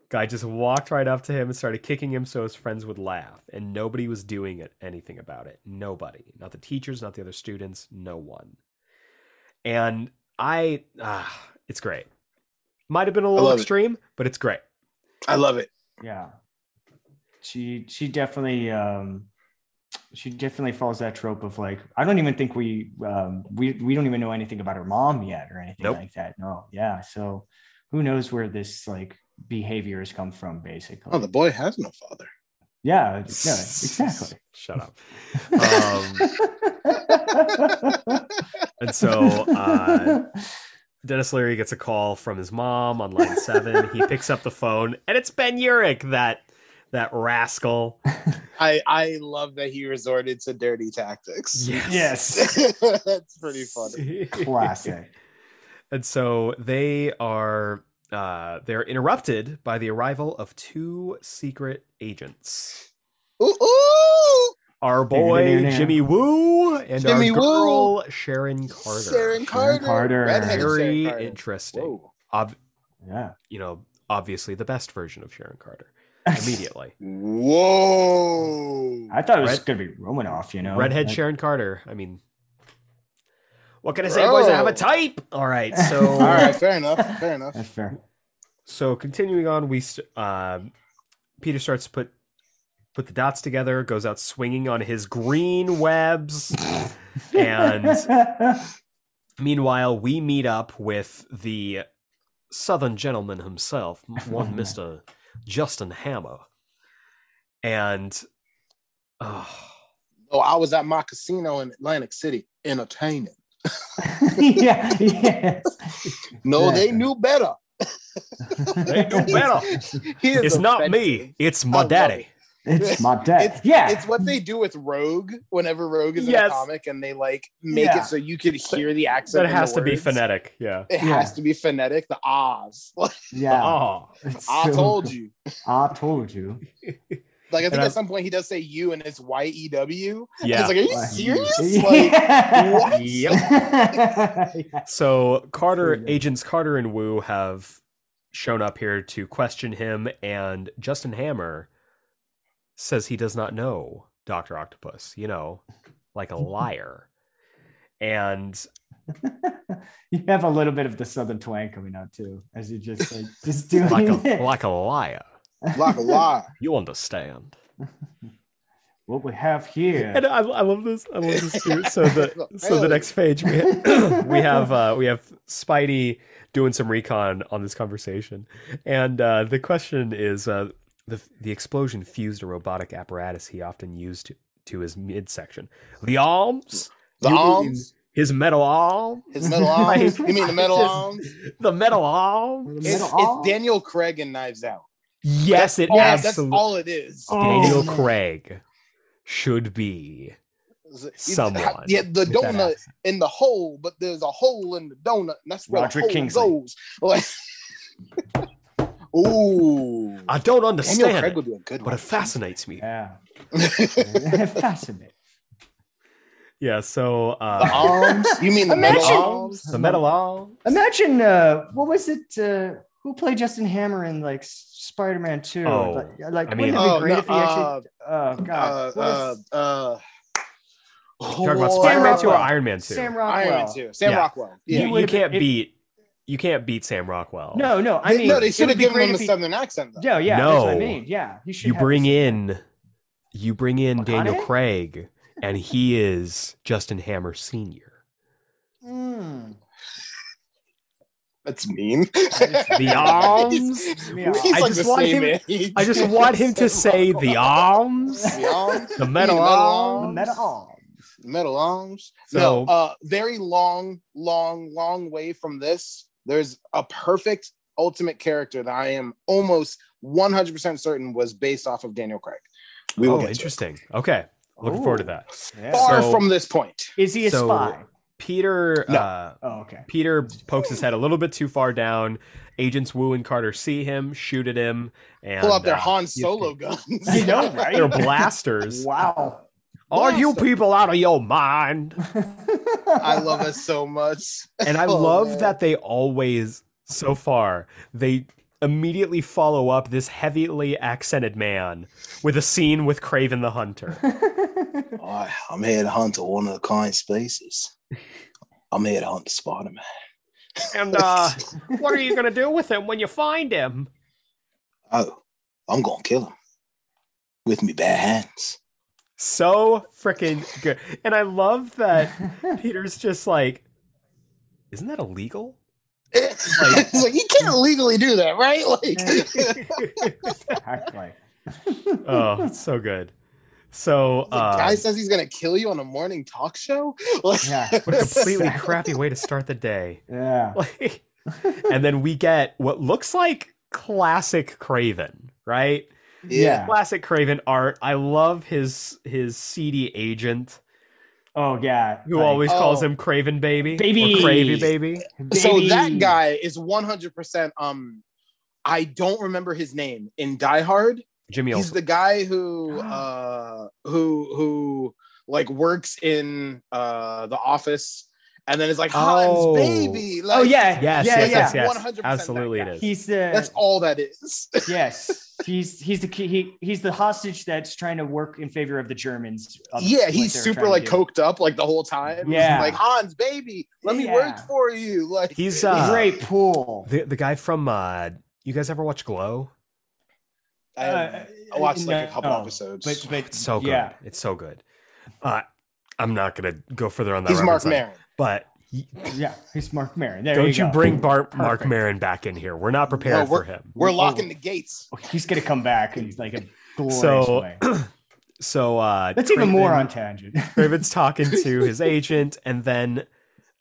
Guy just walked right up to him and started kicking him so his friends would laugh, and nobody was doing it, anything about it. Nobody, not the teachers, not the other students, no one. And I, ah, it's great. Might have been a little
love it.
extreme, but it's great.
I love it.
Yeah. She she definitely um she definitely falls that trope of like I don't even think we um we we don't even know anything about her mom yet or anything
Nope.
like that. No. Yeah. So who knows where this like behavior has come from basically.
Oh, the boy has no father.
yeah, yeah, exactly.
Shut up. Um, and so uh, Dennis Leary gets a call from his mom on line seven. he picks up the phone, and it's Ben Urich, that that rascal.
I I love that he resorted to dirty tactics.
yes.
That's pretty funny.
Classic.
and so they are uh, they're interrupted by the arrival of two secret agents.
Ooh, ooh!
Our boy Jimmy Woo and
Jimmy
our
Woo.
girl Sharon Carter.
Sharon Carter.
Carter.
Redheaded
Very
Sharon Carter.
interesting.
Whoa.
Ob-
Yeah.
you know, obviously the best version of Sharon Carter immediately.
Whoa.
I thought it was
Red-
going to be Romanoff, you know?
Redhead
Like-
Sharon Carter. I mean, what can I say, boys? I have a
Bro.
type. All right, so
Oh. All right, fair enough. Fair enough.
That's fair.
so continuing on, we st- um Peter starts to put put the dots together, goes out swinging on his green webs. And- Meanwhile, we meet up with the Southern gentleman himself, one Mister Justin Hammer, and oh,
Oh, I was at my casino in Atlantic City entertaining.
yeah, yes.
No,
Yeah.
they knew better.
they do better.
He is
It's not me.
offensive.
It's
I
my
love it.
daddy.
It's my dad. yeah.
It's what they do with Rogue whenever Rogue is in
Yes.
a comic and they like make
Yeah.
it so you could hear the accent.
That
in
has
the
to be
words.
phonetic. Yeah.
It
Yeah.
has to be phonetic. The ahs. Like,
yeah.
Oh,
It's
I
so-
told you.
I told you.
Like I think
I-
at some point he does say you and it's Y E W.
yeah.
It's like, are you
Like,
serious? Like what?
Yep.
Yeah.
So Carter,
Sure, yeah.
agents Carter and Wu have shown up here to question him, and Justin Hammer says he does not know Doctor Octopus. You know, like a liar. And
you have a little bit of the southern twang coming out too, as you just like just doing
like
it.
a like a liar.
Like a lie.
You understand?
what we have here.
And I, I love this. I love this too. So the so the
Really?
next page we we have uh, we have Spidey doing some recon on this conversation, and uh, the question is uh, the the explosion fused a robotic apparatus he often used to, to his midsection, the arms,
The
You mean-
arms,
his metal arm,
his metal arms. You mean the metal arms?
the metal arm.
It's,
Metal
it's
arms?
Daniel Craig and Knives Out.
Yes, it
Oh, that's
absolutely.
all it is.
Daniel
Oh.
Craig should be Someone.
Yeah, the
with that
donut
accent.
in the hole, but there's a hole in the donut, and that's where
Roderick
the hole
Kingsley.
goes. Like, ooh,
I don't
Daniel
understand,
Craig
it,
would do a good
but
one.
it fascinates me.
Yeah.
the
Fascinating.
Yeah. So uh,
arms? You mean the metal
Imagine-
arms?
The metal arm.
Imagine uh what was it uh who played Justin Hammer in like Spider-Man 2?
Oh,
like, like
I mean-
wouldn't it be
Oh,
great
no,
if he actually Oh
Uh,
god. What
uh,
was-
uh,
Talking about
Lord-
Spider Man
Rockwell.
Two or Iron Man Two.
Sam
um, Iron
Rockwell.
Man Two, Sam
Yeah.
Rockwell. Yeah.
you, you
would've
can't
been- it-
beat you can't beat Sam Rockwell.
No, no, I
They-
mean
no, they
it
should
would
have
be
given
great
him a
if he-
southern accent though.
No, yeah, that's what I
No.
mean. Yeah, you should
you
have
bring
this-
in you bring in Daniel
McConaughey?
Craig, and he is Justin Hammer Senior.
Mm.
That's mean.
The arms.
Yeah.
He's
I
like
just
the
want
same
him-
age.
I just want him to say the arms,
The arms.
the metal
metal
arm.
arm.
The meta oh. arms.
metal arms.
So-
no, uh, very long, long, long way from this. There's a perfect ultimate character that I am almost 100% certain was based off of Daniel Craig. We will
Oh,
get to it.
interesting. Okay, looking forward to
Ooh,
that.
yeah.
Far
So-
from this point.
Is he a
So-
spy?
Peter.
No.
Uh,
Oh, okay.
Peter pokes his head a little bit too far down. Agents Wu and Carter see him, shoot at him, and
Pull out their
uh,
Han
he's-
Solo guns.
I know, right?
Their blasters.
Wow.
Are you
Blaster.
people out of your mind?
I
I
love it so much.
And I
Oh,
love
man.
that they always, so far, they immediately follow up this heavily accented man with a scene with Craven the Hunter.
it.
I'm here to hunt one of the kind species. I'm here to hunt Spider Man.
And uh, what are you going to do with him when you find him?
Oh, I'm going to kill him with me bare hands.
So freaking good. And I love that Peter's just like, isn't that illegal?
It's like, you can't legally do that, right? Like,
Act like.
oh, it's so good. So,
The guy
uh,
says he's gonna kill you on a morning talk show. Like,
Yeah.
what a completely crappy way to start the day.
Yeah.
Like, and then we get what looks like classic Craven, right?
Yeah.
Classic Craven art. I love his his seedy agent
Oh yeah.
who
Like,
always calls
Oh.
him Craven Baby,
Baby.
or Cravy Baby.
So
baby.
that guy is 100. percent Um, I don't remember his name in Die Hard.
Jimmy
He's
Olsen.
the guy who, uh, who, who like works in uh the office and then it's like Hans
Oh.
baby. Like,
oh yeah,
Yes,
yeah,
yes,
yeah.
yes, yes.
100% that
Absolutely, it
guy.
is.
He's the
That's all that is.
yes. He's he's the key, he he's the hostage that's trying to work in favor of the Germans. of
yeah,
what
he's
Um, they're
super
trying to
like
do.
coked up like the whole time. He's
Yeah.
like Hans baby, let me
Yeah.
work for you. Like
He's,
Ah.
uh,
Great pool.
the the guy from uh, you guys ever watch Glow?
uh,
I, I watched like a couple
no,
episodes.
but but
It's so good.
Yeah,
It's so good. Uh, I'm not gonna go further on that.
he's Mark
reference,
Maron.
but he-
yeah. He's Mark Maron. There
don't
you,
you,
go.
bring Bart, Mark
Perfect.
Maron back in here. We're not
No,
prepared for
we're-
him.
We're
Oh,
locking the gates.
He's gonna come back in like a glorious
So-
way.
So uh,
That's even more
Craven-
on tangent.
Craven's talking to his agent, and then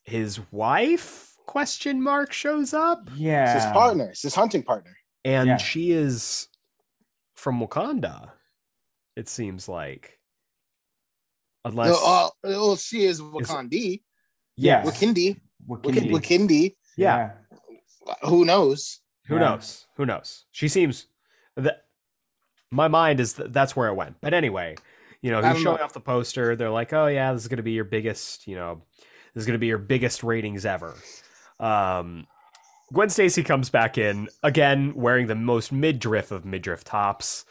his wife question mark shows up,
yeah.
It's his partner. It's his hunting partner.
and
Yeah.
she is from Wakanda. It seems like, unless
No, uh, well, she is Wakandi,
Yeah.
Wakindi,
Wakindi.
Wakindi, Wakindi.
yeah,
Who knows?
Who
Yeah.
knows? Who knows? She seems that my mind is th- that's where it went. But anyway, you know,
I
he's
don't
showing
know.
off the poster. They're like, "Oh yeah, this is going to be your biggest, you know, this is going to be your biggest ratings ever." Um Gwen Stacy comes back in again wearing the most midriff of midriff tops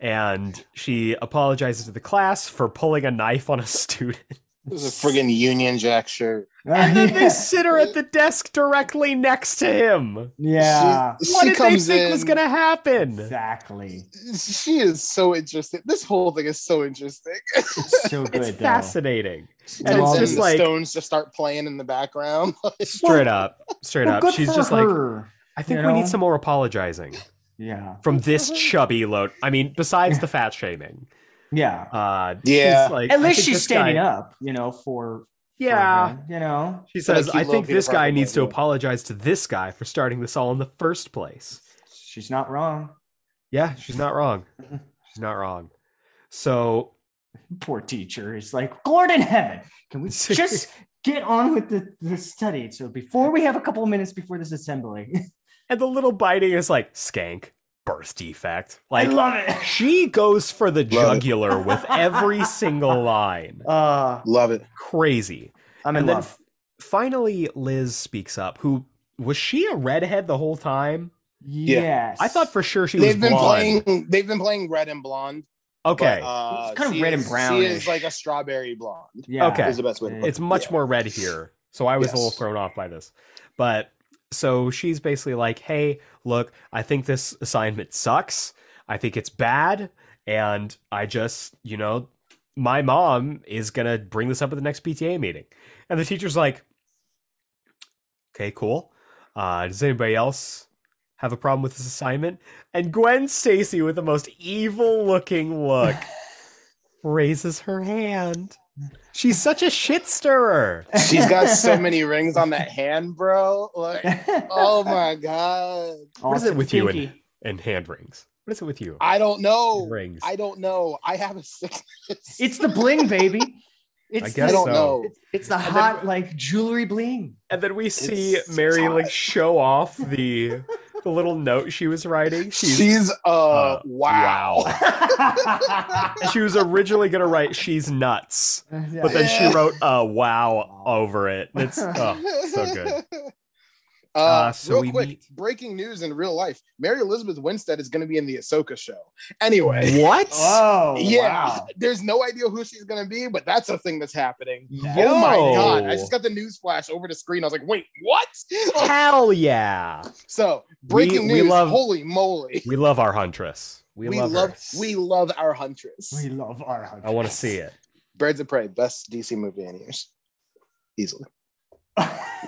and she apologizes to the class for pulling a knife on a student.
This is a friggin' Union Jack shirt.
And then they
yeah.
sit her at the desk directly next to him.
Yeah.
She,
What
she
did they
comes
think
in.
was going to happen?
Exactly.
She is so interesting. This whole thing is so interesting.
It's so good.
It's
though.
fascinating.
She
And
tells
it's
him
just
the
like-
stones to start playing in the background.
Straight up. Straight
Well,
up.
good
She's
for
just like,
her.
I think
you
we
know?
need some more apologizing
yeah,
from this chubby load. I mean, besides the fat shaming.
yeah.
Uh, she's
Yeah.
like,
At
I
least
think
she's
this
standing
guy-
up, you know, for for
Yeah.
him, you know,
She
But I
says,
keep
I
little
think
Peter
this guy
Parker
needs to
with me.
apologize to this guy for starting this all in the first place.
she's not wrong.
Yeah, she's not wrong.
Mhm.
She's not wrong. So
Poor teacher is like, Lord in heaven, can we just get on with the, the study? So before we have a couple of minutes before this assembly,
and the little biting is like skank, birth defect.
I
Like
love it.
she goes for the
Love it.
jugular with every single line.
Uh,
Love it.
Crazy.
I'm in
and then
love.
f- finally, Liz speaks up. Who was she a redhead the whole time?
yeah.
Yes,
I thought for sure she was.
They've been
blonde.
playing. They've been playing red and blonde.
Okay,
But, uh,
It's kind of
she
red and
is- She
brownish.
is like a strawberry blonde.
Yeah.
okay.
Is the best way to put it.
it's much more red here, so I was a little
Yes.
thrown off by this. But so she's basically like, "Hey, look, I think this assignment sucks. I think it's bad, and I just, you know, my mom is gonna bring this up at the next PTA meeting." And the teacher's like, okay, cool. Uh, does anybody else have a problem with this assignment? And Gwen Stacy, with the most evil looking look, raises her hand. She's such a shit stirrer.
She's got so many rings on that hand, bro. Like, oh my god.
What is it with you and,
Pinky.
and hand rings? What is it with you?
I don't know.
Rings.
Oh, I don't know. I have a sickness.
It's the bling, baby. It's
guess
the,
I don't
so.
know.
It's the
then-
hot like jewelry bling.
And then we see
It's-
Mary
it's
like
hot.
show off the the little note she was writing.
She's,
She's,
uh,
uh,
wow.
she was originally gonna write she's nuts, but then she wrote uh wow over it. It's oh, so good.
Uh,
Uh, so
real
we
quick,
meet-
breaking news in real life. Mary Elizabeth Winstead is going to be in the Ahsoka show. Anyway,
What?
oh
yeah,
wow.
there's no idea who she's going to be, but that's a thing that's happening.
Yo.
Oh my god! I just got the news flash over the screen. I was like, "Wait, what?"
Hell yeah!
So breaking
We- we
news.
love-
holy moly!
We love our huntress. We,
We
love,
love,
her.
we love our huntress.
We love our huntress.
I want to see it.
Birds of Prey, best DC movie in years, easily,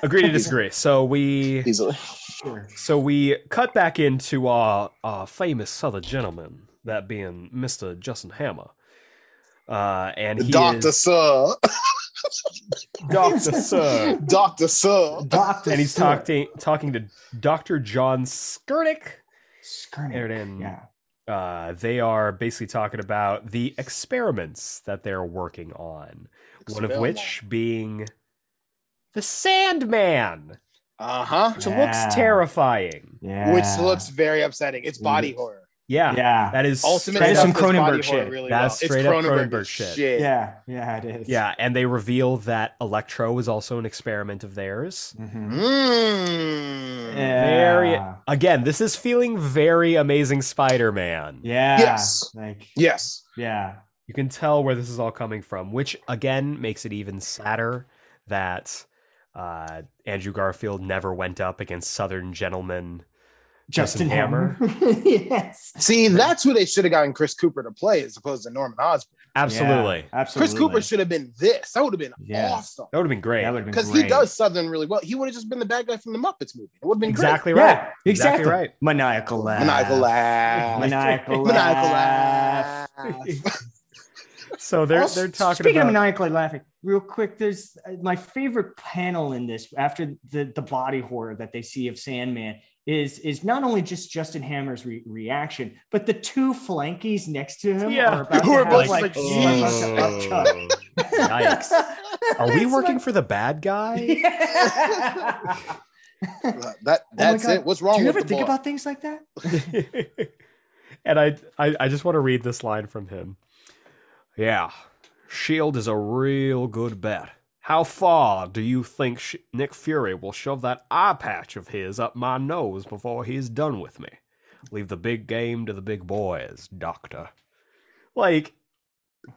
Agree to disagree. So we
easily.
sure.
so we cut back into our our famous Southern gentleman, that being Mister Justin Hammer, uh, and he
Doctor
is
Sir,
Doctor Sir,
Doctor Sir.
Doctor
and he's
Stewart.
talking talking to Doctor John Skirnick.
Skirnick.
Erden.
Yeah.
Uh, they are basically talking about the experiments that they're working on. one of which being the Sandman,
uh huh,
which
Yeah.
looks terrifying.
Yeah.
which looks very upsetting. It's body horror.
Yeah,
Yeah.
that is
That
Ultimate
straight
is
stuff
up-
some
does body
Cronenberg
horror
shit.
Really
That's
well.
straight
it's
up
Cronenberg,
Cronenberg
shit.
shit.
Yeah. Yeah, it is.
yeah, and they reveal that Electro was also an experiment of theirs.
Mhm.
Mm.
Yeah.
Very- Again, this is feeling very Amazing Spider-Man.
Yeah.
Yes.
Like,
Yes.
yeah.
You can tell where this is all coming from, which again makes it even sadder that uh, Andrew Garfield never went up against Southern gentlemen. Justin
Justin Hammer. yes.
See, that's who they should have gotten Chris Cooper to play as opposed to Norman Osborn.
Absolutely,
Yeah, absolutely.
Chris Cooper should have been this. That would have been
Yeah.
awesome.
that would have been great.
That would have been
Because he
great.
does Southern really well. He would have just been the bad guy from the Muppets movie. It would have been
exactly right.
Yeah, exactly.
right.
Maniacal laugh.
great. Maniacal laugh.
Maniacal
Maniacal
laugh.
laugh.
So they're
Also,
they're talking
Speaking
about
of maniacally laughing, real quick, there's uh, my favorite panel in this after the the body horror that they see of Sandman is is not only just Justin Hammer's re- reaction, but the two flankies next to him
Yeah.
are about
Who
to
are
have,
both
like,
like,
oh.
Yikes. Are we working for the bad guy?
Yeah.
Uh,
Oh
that
my
that's
God.
it. What's wrong
Do you
with
ever
the
think
boy?
about things like that?
and I, I I just want to read this line from him. Yeah. Shield E is a real good bet. How far do you think sh- E Nick Fury will shove that eye patch of his up my nose before he's done with me? Leave the big game to the big boys, doctor. Like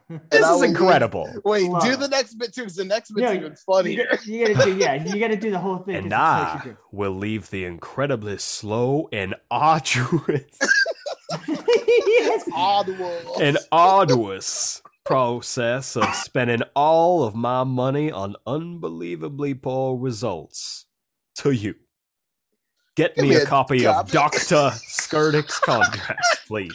this
I
is
will leave-
incredible.
Wait,
Love.
do the next bit too, because the next bit's
No,
even funnier.
You gotta do, yeah, you gotta do the whole thing.
And
'cause
I
it's
will leave the incredibly slow and arduous
such a good- yes.
Oddworld.
an arduous process of spending all of my money on unbelievably poor results to you. Get
Give
me,
me
a,
a
copy of
copy.
Dr. Skurdic's contract, please.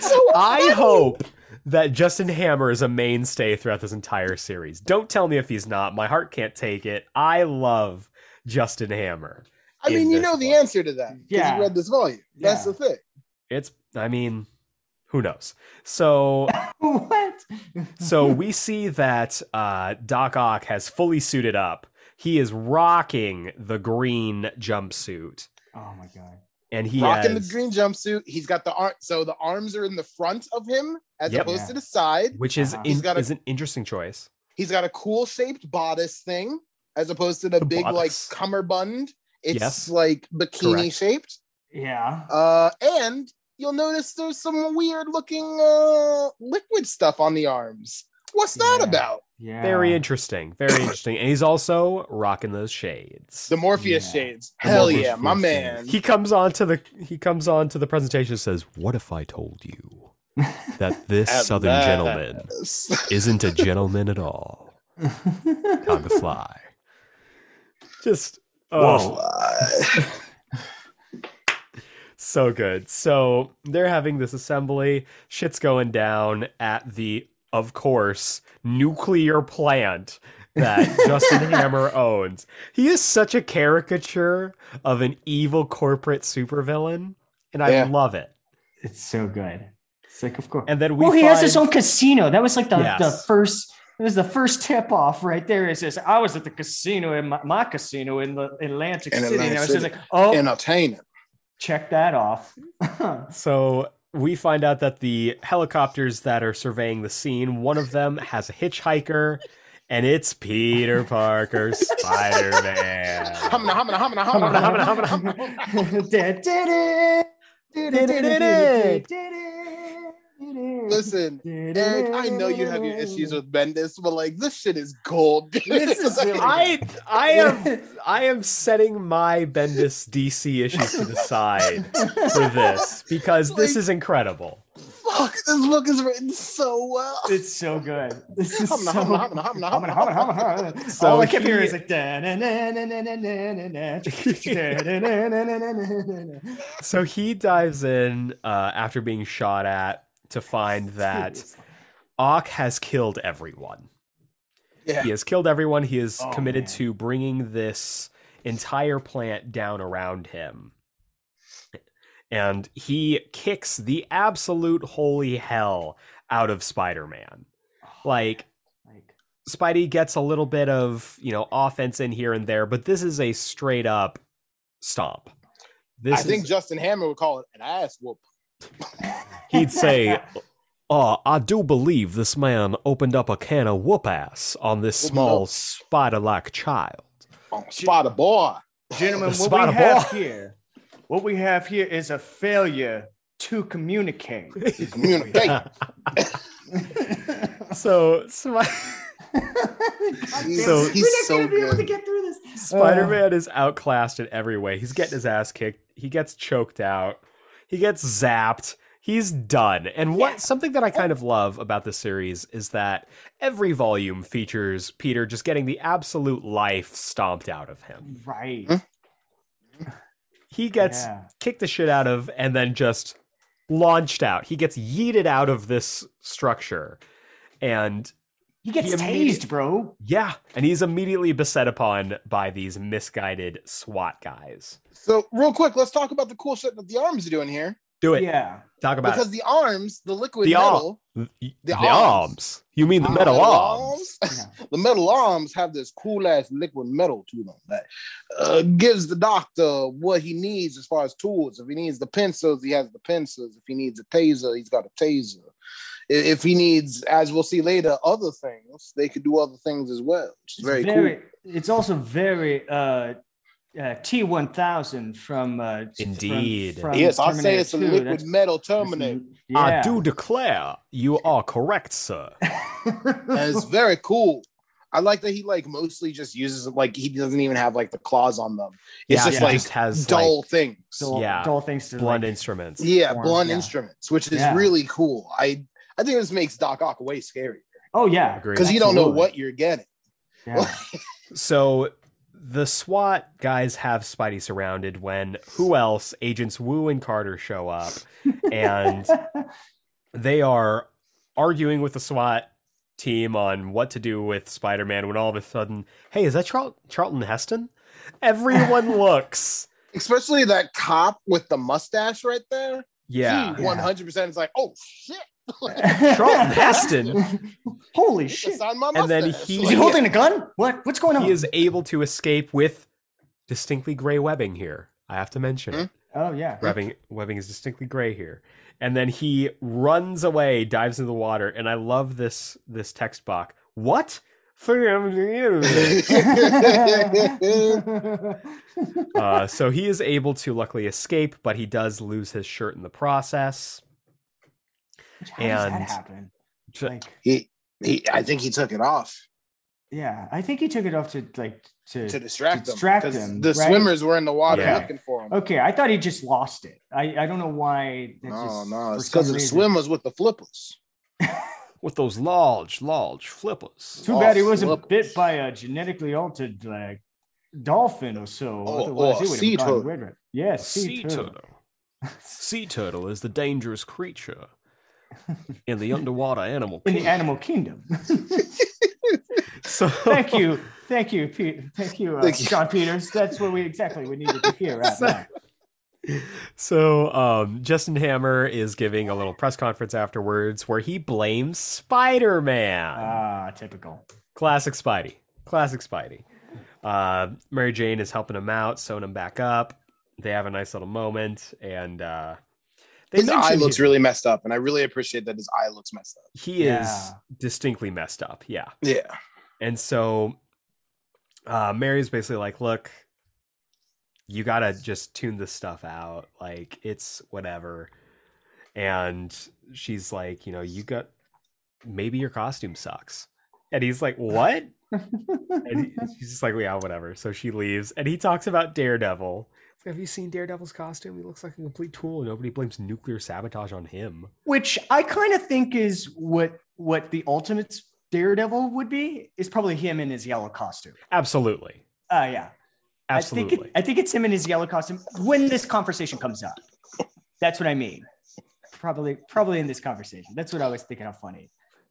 so
I hope that Justin Hammer is a mainstay throughout this entire series. Don't tell me if he's not. My heart can't take it. I love Justin Hammer.
I mean,
in
you
this
know the
one.
answer to that. Yeah,
Yeah.
you read this volume. That's
Yeah.
the thing.
It's I mean, who knows? So
what?
So we see that uh, Doc Ock has fully suited up. He is rocking the green jumpsuit,
Oh my god.
and he
Rocking
has,
the green jumpsuit. He's got the arm. So the arms are in the front of him as
Yep.
opposed
Yeah.
to the side.
which is
Uh-huh.
in,
He's got a-
is an interesting choice.
He's got a cool shaped bodice thing as opposed to the,
The
big
bodice.
like cummerbund. It's
Yes.
like bikini
Correct.
shaped.
Yeah.
Uh, and you'll notice there's some weird looking uh, liquid stuff on the arms. What's that
Yeah.
about?
Yeah.
Very interesting, very interesting, and he's also rocking those shades.
The Morpheus
Yeah.
shades.
The
Hell
Morpheus
yeah, my
shades.
man.
He comes on to the he comes on to the presentation and says, "What if I told you that this
At
southern
last.
gentleman isn't a gentleman at all? Time to fly." Just oh, So good. So they're having this assembly. Shit's going down at the, of course, nuclear plant that Justin Hammer owns. He is such a caricature of an evil corporate supervillain, and I
Yeah.
love it.
it's so good. It's like, of course.
And then we
well, he has his
find-
own casino. That was like the, the
Yes.
first. It was the first tip off right there. It says, I was at the casino in my, my casino in the Atlantic
In
City. and I
Atlantic
was just
City.
like, oh,
Entertaining.
check that off.
So we find out that the helicopters that are surveying the scene, one of them has a hitchhiker, and it's Peter Parker, Spider Man.
Humna, humna,
Humna,
humna, humna,
humna,
humna,
humna,
humna, humna.
Listen,
Listen, Eric, I know you have your issues with Bendis, but like this shit is gold. dude.
This is really-
I I am I am setting my Bendis DC issues to the side for this because this is incredible.
fuck. This book is written so well.
It's so good. This is
Humna,
so
humna, humna, humna,
Humna,
humna,
humna, humna, humna.
So
All I kept hearing
he-
is like da na na na na na na na na da na na na na na na na.
So he dives in uh, after being shot at to find that Ock has killed everyone.
Yeah.
He has killed everyone. He is
Oh,
committed
man.
to bringing this entire plant down around him. And he kicks the absolute holy hell out of Spider Man. Like,
Like,
Spidey gets a little bit of, you know, offense in here and there, but this is a straight up stomp. This
I think
is-
Justin Hammer would call it an ass whoop.
he'd say, "Oh, I do believe this man opened up a can of whoop ass on this
Well,
small
no.
spider-like child."
Oh, spot a boy.
Gentlemen, what
Spot
we
a
have
ball.
here, what we have here is a failure to communicate.
Communicate.
so Spi-
He's-
So-
he's
we're not
so
gonna be able to
good.
get through this.
Spider-Man is outclassed in every way. He's getting his ass kicked. He gets choked out. He gets zapped. He's done. And what
Yeah.
something that I kind of love about this series is that every volume features Peter just getting the absolute life stomped out of him.
right.
Hmm?
He gets
Yeah.
kicked the shit out of and then just launched out. He gets yeeted out of this structure. And
He gets
He immediate-
tased, bro.
yeah, and he's immediately beset upon by these misguided SWAT guys.
So real quick, let's talk about the cool shit that the arms are doing here.
Do it.
Yeah.
Talk about
Because the arms, the liquid
The arm-
metal,
it. The,
the
arms.
arms.
You mean the
Ah,
metal arms?
yeah.
the metal arms have this cool ass liquid metal to them that uh, gives the doctor what he needs as far as tools. If he needs the pencils, he has the pencils. If he needs a taser, he's got a taser. I- If he needs, as we'll see later, other things, they could do other things as well, which is very, cool.
It's also very uh, uh, T one thousand from uh, from-
Indeed.
Yes, I'll say
Terminator
it's a
2.
liquid
That's-
metal
that's-
terminator.
Yeah.
I do declare you are correct, sir.
And it's very cool. I like that he like mostly just uses like he doesn't even have like the claws on them. It's
yeah,
just
it
like
just has
dull
like,
things.
dull,
Yeah.
dull things to
blunt
like-
instruments.
yeah,
form,
blunt
yeah.
instruments, which is
Yeah.
really cool. I I think this makes Doc Ock way scarier
Oh yeah.
Agreed.
because you don't know
Absolutely.
what you're getting.
Yeah.
So the SWAT guys have Spidey surrounded when who else? Agents Wu and Carter show up and they are arguing with the SWAT team on what to do with Spider-Man when all of a sudden, hey, is that Charl- Charlton Heston? Everyone looks.
Especially that cop with the mustache right there.
Yeah.
He 100% is like, oh shit.
Charlton Heston
Holy shit!
It's on my mustache.
And then he-
Is he
Like,
holding a gun? What? What's going on?
he is able to escape with distinctly gray webbing here. I have to mention it.
oh yeah.
Webbing, webbing is distinctly gray here. And then he runs away, dives into the water, and I love this this text box. What? uh, so he is able to luckily escape, but he does lose his shirt in the process.
How does
And-
that happen?
J-
Like,
he, he, I think he took it off
yeah, I think he took it off to like to.
to distract him.
Distract
'cause
him,
The
right?
swimmers were in the water
Yeah.
looking for him.
okay, I thought he just lost it. I I don't know why. that
No,
just-
no,
for
it's because
some
of the
reason-
swimmers with the flippers.
With those large, large flippers.
Too
Oh,
bad he wasn't
slippers.
bit by a genetically altered like dolphin or so.
Oh,
Otherwise,
oh,
he would
sea
have gone
turtle.
with it. Yes, sea turtle.
Sea turtle is the dangerous creature in the underwater animal.
In the animal kingdom.
So
thank you, thank you, Pete. Thank you, uh,
Thank you.
John Peters. That's what we exactly we needed to hear right
So-
now.
So, um, Justin Hammer is giving a little press conference afterwards where he blames Spider Man.
Ah, typical.
Classic Spidey. Classic Spidey. Uh, Mary Jane is helping him out, sewing him back up. They have a nice little moment, and uh, they
His eye
mention
looks
he-
really messed up, and I really appreciate that his eye looks messed up.
He is
Yeah.
distinctly messed up. Yeah.
Yeah.
And so uh Mary's basically like, look, you gotta just tune this stuff out. Like it's whatever. And she's like, you know, you got maybe your costume sucks. And he's like, what? and he- she's just like, yeah, whatever. So she leaves and he talks about Daredevil. He's like, Have you seen Daredevil's costume? He looks like a complete tool. Nobody blames nuclear sabotage on him.
Which I kind of think is what what the ultimate daredevil would be is probably him in his yellow costume.
Absolutely.
Uh yeah.
Absolutely.
I think, it, I think it's him in his yellow costume when this conversation comes up. That's what I mean. Probably, probably in this conversation. That's what I was thinking of funny.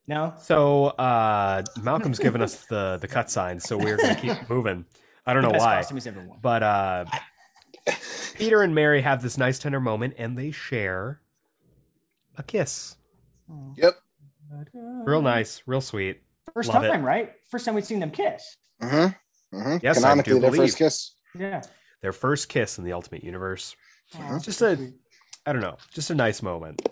No?
So uh, Malcolm's given us the the cut sign, so we're gonna keep moving. I don't
The
know
best
why,
costume is everyone.
but uh, Peter and Mary have this nice tender moment, and they share a kiss.
Yep.
Mm.
Real nice, real sweet.
First
love it.
time, right? First time we've seen them kiss.
Mm-hmm. Mm-hmm.
Yes, I do
Canonically, their
believe.
first kiss.
Yeah.
Their first kiss in the Ultimate Universe. It's Just a, I don't know, just a nice moment.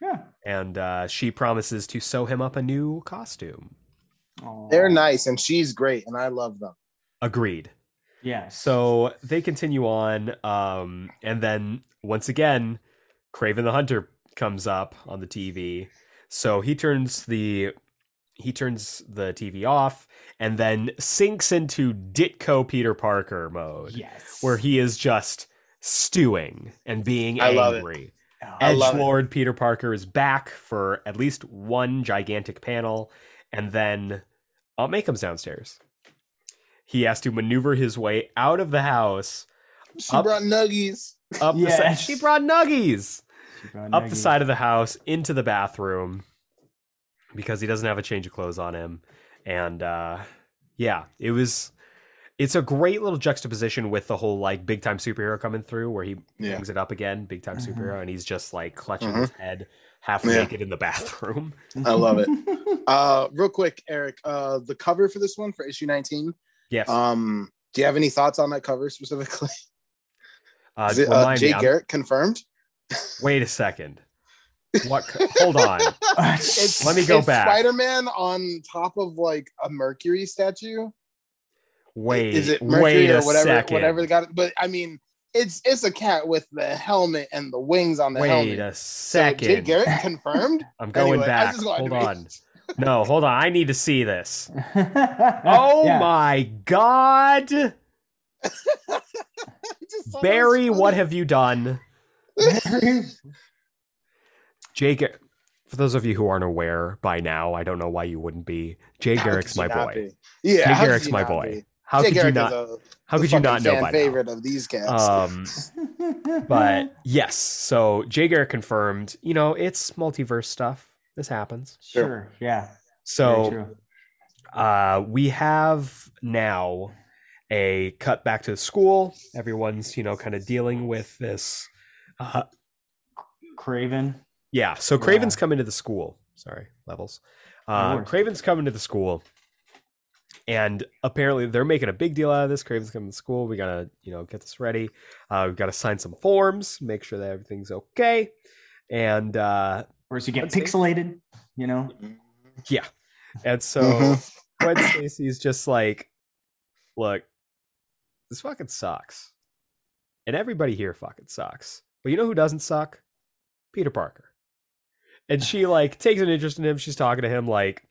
Yeah.
And uh, she promises to sew him up a new costume.
Aw.
They're nice, and she's great, and I love them.
Agreed.
Yes.
So they continue on, um, and then once again, Craven the Hunter comes up on the TV. So he turns the he turns the TV off, and then sinks into Ditko Peter Parker mode,
yes.
where he is just stewing and being
I
angry.
love it.
Oh,
I love it.
Edgelord Peter Parker is back for at least one gigantic panel, and then Aunt May comes downstairs. He has to maneuver his way out of the house,
She
Up-
brought nuggies.
up the side.
Yes.
She brought nuggies
She brought
up the
Nuggie.
side of the house into the bathroom because he doesn't have a change of clothes on him. And uh, yeah, it was. It's a great little juxtaposition with the whole like big time superhero coming through where he
Yeah.
brings it up again, big time
Mhm.
superhero, and he's just like clutching
Mhm.
his head, half
Yeah.
naked in the bathroom.
I love it. Uh, real quick, Eric, uh, the cover for this one for issue 19.
Yes. Uh,
Um, do you have any thoughts on that cover specifically? Is it, uh,
remind me,
Jay
I'm-
Garrett confirmed?
wait a second. What? co- hold on.
It's,
Let me go
it's
back.
Spider-Man on top of like a Mercury statue.
Wait.
Is it
wait
Mercury
a
or whatever?
second.
Whatever they got. But I mean, it's it's a cat with the helmet and the wings on the
wait
helmet.
a
So Jay
second.
Garrett confirmed.
I'm going
Anyway, I
back.
just wanted
Hold
to
on.
be-
No, hold on. I need to see this. Oh
oh
my God.
I just thought it
Barry,
was
what
funny.
have you done? Jay Garrett. For those of you who aren't aware by now, I don't know why you wouldn't be. Jay
How
Garrick's
could
my
you not
boy.
be? Yeah,
Jay
how could
Garrick's
you
my
not
boy.
be?
How
Jay
could you
Garrick
not?
is a-
How
the
could you not
fucking
know
fan
by now?
favorite of these cats.
Um, but yes, so Jay Garrett confirmed. You know, it's multiverse stuff. This happens.
sure. Yeah. Very
So
true.
uh, we have now a cut back to school. Everyone's you know kind of dealing with this. Uh,
Craven.
yeah, so Craven's
Yeah.
coming to the school. Sorry, levels.
No
Uh,
worries.
Craven's coming to the school, and apparently they're making a big deal out of this. Craven's coming to school. We gotta, you know, get this ready. Uh, we've got to sign some forms, make sure that everything's okay. And uh,
Or does he get
Let's see.
pixelated? You know?
and so
Mhm.
Gwen Stacy's just like, look, this fucking sucks, and everybody here fucking sucks. But you know who doesn't suck? Peter Parker. And she like takes an interest in him. She's talking to him like,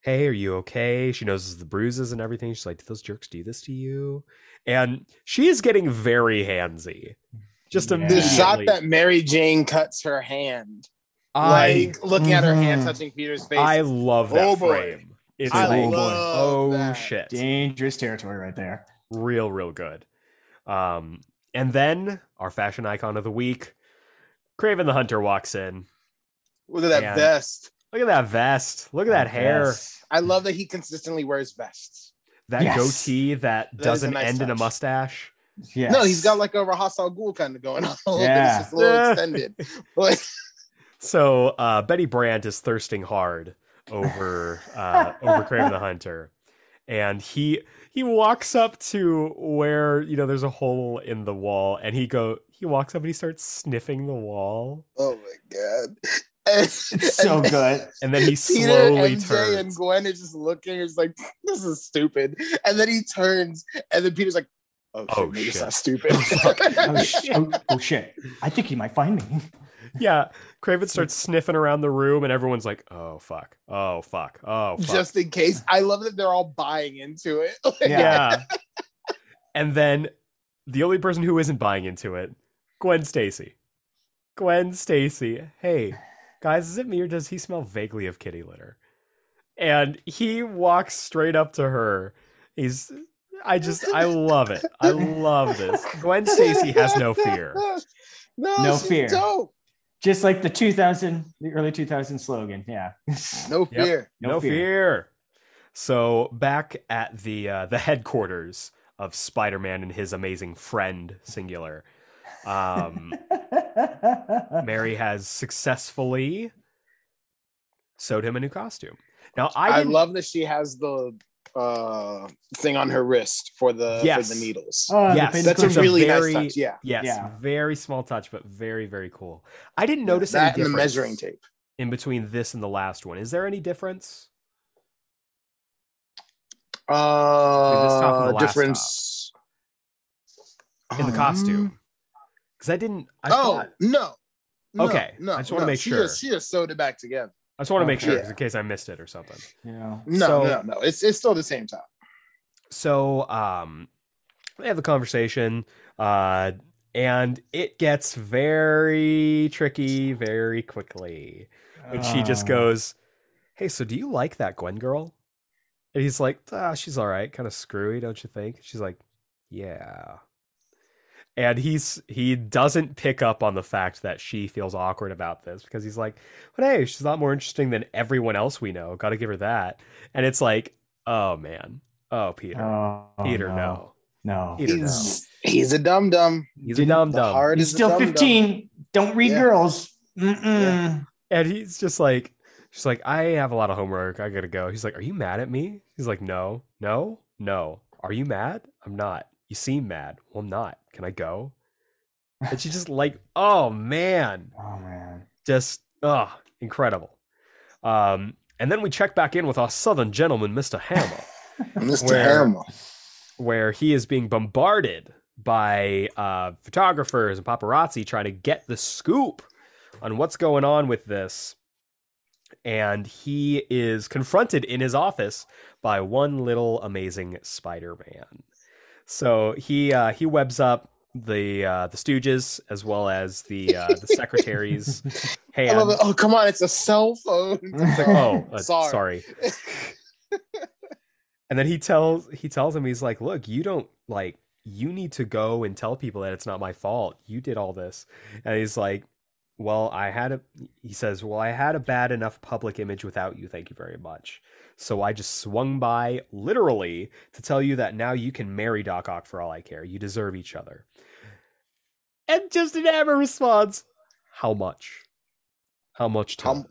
"Hey, are you okay?" She knows the bruises and everything. She's like, "Did those jerks do this to you?" And she is getting very handsy. Just
Yeah.
the
immediately,
shot that Mary Jane cuts her hand,
I Mm-hmm.
like looking at her hand
Mhm.
touching Peter's face.
I love that
Oh, boy.
frame. It's
I
like,
love
oh
that.
shit.
Dangerous territory right there.
real real good um and then our fashion icon of the week craven the hunter walks in
Look at that
Man.
vest.
look at that vest look at that hair
Yes.
I love that he consistently wears vests.
that
Yes.
goatee that,
That is a
doesn't
nice
end in a
touch.
mustache
Yes.
No, he's got like a Rahasal Ghoul kind of going on. A little
Yeah.
bit. It's just a little
Yeah.
extended. Like,
so uh betty brandt is thirsting hard over uh over craven the hunter and he he walks up to where you know there's a hole in the wall and he go he walks up and he starts sniffing the wall
oh my god. And,
It's so
and
good.
and then he
Peter,
slowly
MJ,
turns
and Gwen are just looking. It's like this is stupid. And then he turns, and then Peter's like, "Oh, shit,
Oh,
maybe it's
shit.
not stupid."
Oh, sh- oh, oh, shit. I think he might find me.
Yeah, Craven starts sniffing around the room, and everyone's like, "Oh fuck! Oh fuck! Oh fuck!"
just in case. I love that they're all buying into it. Like,
Yeah.
yeah. and then the only person who isn't buying into it, Gwen Stacy. Gwen Stacy, hey guys, is it me or does he smell vaguely of kitty litter? And he walks straight up to her. He's, I just, I love it. I love this. Gwen Stacy has no fear.
No,
No
she's
fear.
dope.
Just like the 2000, the early 2000 slogan. Yeah.
No
Yep.
fear.
no,
No
fear.
fear.
So back at the uh, the headquarters of Spider-Man and his amazing friend singular, um,
Oh,
Mary has successfully sewed him a new costume. Now I,
I,
didn't-
love that she has the uh thing on her wrist for the
Yes.
for the needles.
Oh, the
Yes,
pin
That's a
it's a
cushion.
really
very-
nice touch. Yeah.
Yes,
Yeah.
very small touch, but very very cool. I didn't notice
that
any
and the
difference
measuring tape.
in between this and the last one. Is there any difference? top and the
Uh
last
difference
in the
Um,
costume because I didn't. I
oh
thought,
no. No,
Okay,
No,
I just wanna
no.
make
she
sure.
Just, she just sewed it back together.
I just want to make sure
Okay.
'cause in case I missed it or something.
Yeah.
No,
So-
no, no. It's it's still the same top.
So um, they have the conversation, uh, and it gets very tricky very quickly when she just
Uh,
goes, "Hey, so do you like that Gwen girl?" And he's like, "Ah, she's all right, kind of screwy, don't you think?" She's like, "Yeah." And he's he doesn't pick up on the fact that she feels awkward about this because he's like, "But hey, she's a lot more interesting than everyone else we know. Got to give her that." And it's like, "Oh man, oh Peter,
oh,
Peter,
no.
no,
No.
Peter, no."
He's he's a dum dum.
He's a dumb
The
dumb.
heart
He's
is a
still
dum-dum.
15. Don't read
Yeah.
girls. Mm-mm.
And he's just like, she's like, I have a lot of homework. I gotta go. He's like, Are you mad at me? He's like, No, no, no. Are you mad? I'm not. You seem mad. Well, I'm not. Can I go? And she's just like, Oh man,
Oh man.
just oh, incredible. Um, and then we check back in with our southern gentleman, Mr. Hammer,
Mr.
Where-
Hammer.
where he is being bombarded by uh, photographers and paparazzi trying to get the scoop on what's going on with this. And he is confronted in his office by one little amazing Spider-Man. So he uh, he webs up the uh, the Stooges as well as the uh, the secretary's hand.
I love it. Oh come on, it's a cell phone.
It's like, oh, uh,
Sorry.
sorry. and then he tells he tells him he's like, "Look, you don't like you need to go and tell people that it's not my fault. You did all this." And he's like, "Well, I had a he says, "Well, I had a bad enough public image without you. Thank you very much. So I just swung by literally to tell you that now you can marry Doc Ock for all I care. You deserve each other." And Justin Hammer responds, "How much? How much
How
time?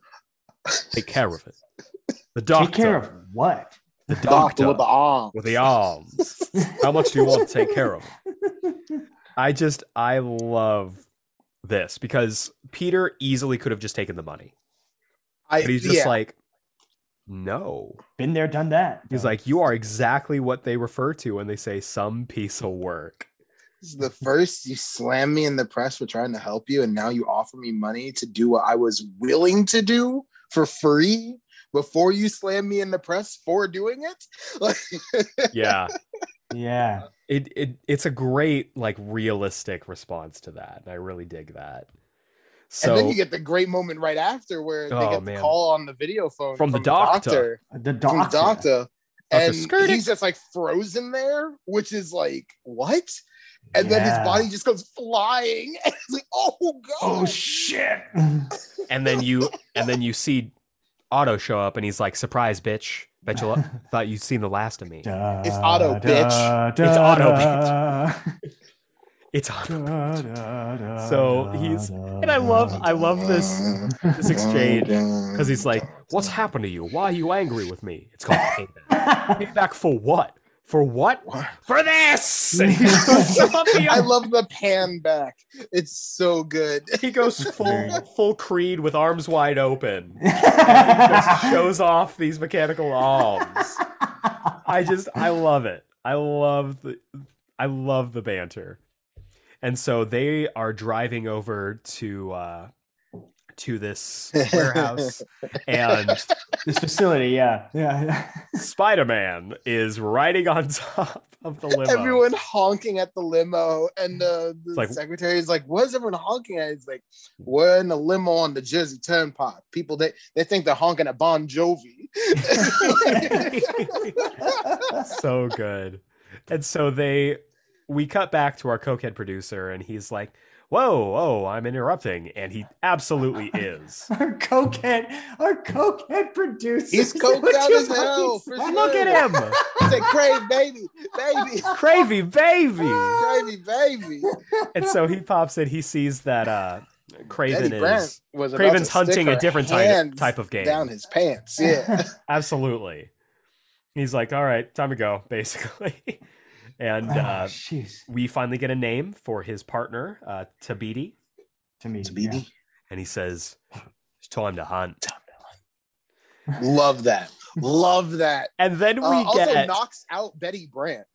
m-
Take care of it. The doctor.
Take care of what?
the doctor,
Doctor with the arm.
with the arms. How much do you want to take care of? I just I love this because Peter easily could have just taken the money,
I,
but he's just
yeah.
like, no.
Been there, done that.
He's like, you are exactly what they refer to when they say some piece of work.
This is the first you slammed me in the press for trying to help you, and now you offer me money to do what I was willing to do for free before you slam me in the press for doing it. Like,
Yeah,
Yeah.
it it it's a great like realistic response to that, and I really dig that. So
and then you get the great moment right after where they
Oh,
get the
man.
call on the video phone
From the doctor.
The
from
doctor.
doctor,
Dr.
and
Skurdick.
he's just like frozen there, which is like what? And then
Yeah.
his body just goes flying. And it's like, oh god,
Oh shit.
and then you and then you see Otto show up, and he's like, "Surprise, bitch! Bet you lo- thought you'd seen the last of me."
It's
auto, bitch.
It's auto, It's Otto. So he's- And I love I love this this
Oh,
exchange because he's like, "What's happened to you? Why are you angry with me?" It's called payback. Payback for what? For what?
What?
For this! And he goes up the-
I love the pan back. It's so good.
he goes full full Creed with arms wide open. Just
Shows
shows off these mechanical arms. I just I love it. I love the I love the banter. And so they are driving over to uh to this warehouse and
this facility, yeah. Yeah.
Spider-Man is riding on top of the limo.
Everyone honking at the limo, and uh, the
It's like-
secretary is like, "What is everyone honking at?" He's like, "We're in a limo on the Jersey Turnpike. People they they think they're honking at Bon Jovi."
so good. And so they we cut back to our cokehead producer and he's like, "Whoa, oh, I'm interrupting." And he absolutely is.
our cokehead, our cokehead producer.
He's coked
What
out
you
as hell, for
fucking
Look at him.
He's like, "Craig, baby, baby,
Cravy baby.
crazy baby."
and so he pops in. He sees that uh, Craven
Eddie Brand
is
was about
Craven's
to stick
hunting a
her
different type
hands
type of game.
down his pants. Yeah,
Absolutely. He's like, all right, time to go, basically. and
Ah,
uh,
Jeez.
we finally get a name for his partner, uh, Tabidi,
to me,
It's a
yeah.
BB.
and he says, it's time to hunt.
Love that. Love that.
And then we
Uh,
get,
also knocks out Betty Brandt.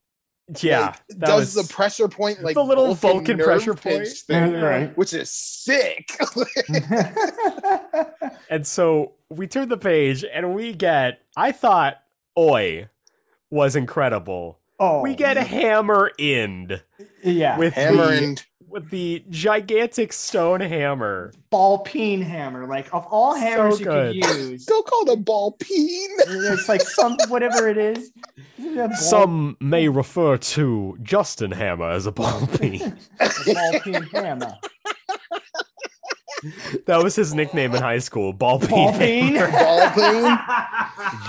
yeah,
Like,
that
does
was-
the pressure point like
the little Vulcan
nerve
pressure
pinch
point.
thing,
Yeah.
right.
which is sick.
And so we turn the page and we get, I thought Oi was incredible.
oh,
we get a hammer end
yeah
with
Hammer
the,
and
with the gigantic stone hammer.
ball peen hammer. Like of all
So
hammers you
good.
could use,
still called a ball peen.
it's like some whatever it is. Isn't that ball-
Some may refer to Justin Hammer as a ball peen.
ball peen hammer.
that was his nickname in high school, ball peen.
Ball
Hammer.
peen.
Ball peen? It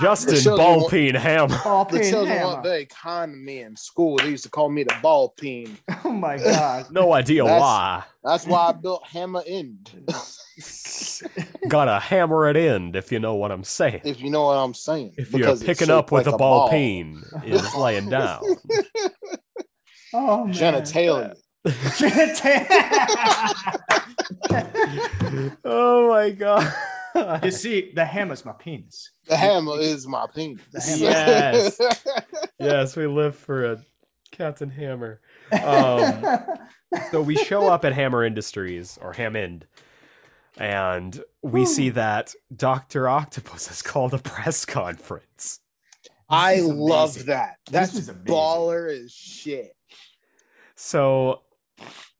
Justin
shows you
ball
what-
peen Hammer.
Ball
That
peen
tells you what
hammer.
they conned me in school. They used to call me the ball peen.
Oh my god.
No idea
That's-
why.
That's why I built Hammer End.
Gotta hammer it in if you know what I'm saying.
if you know what I'm saying.
If
because
you're
it's
picking
shaped
up with
like
a ball,
ball.
peen, is laying down.
Oh man.
Genitalia.
oh my god.
you see, the hammer's my penis.
The hammer is my penis.
The hammer.
Yes. yes, we live for a Captain Hammer. Um, so we show up at Hammer Industries or Hammond, and we
Whew.
see that Doctor Octopus has called a press conference.
I
This is
love
amazing.
that.
This
That's
is amazing.
baller as shit.
So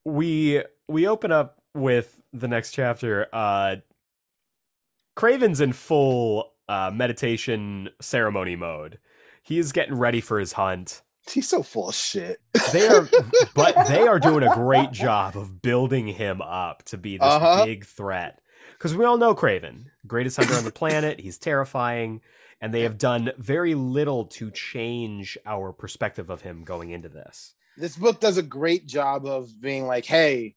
we we open up with the next chapter. Uh, Craven's in full uh, meditation ceremony mode. He is getting ready for his hunt.
He's so full of shit.
They are, but they are doing a great job of building him up to be this
Uh-huh.
big threat. Because we all know Craven, greatest hunter on the planet. He's terrifying, and they have done very little to change our perspective of him going into this.
This book does a great job of being like, hey,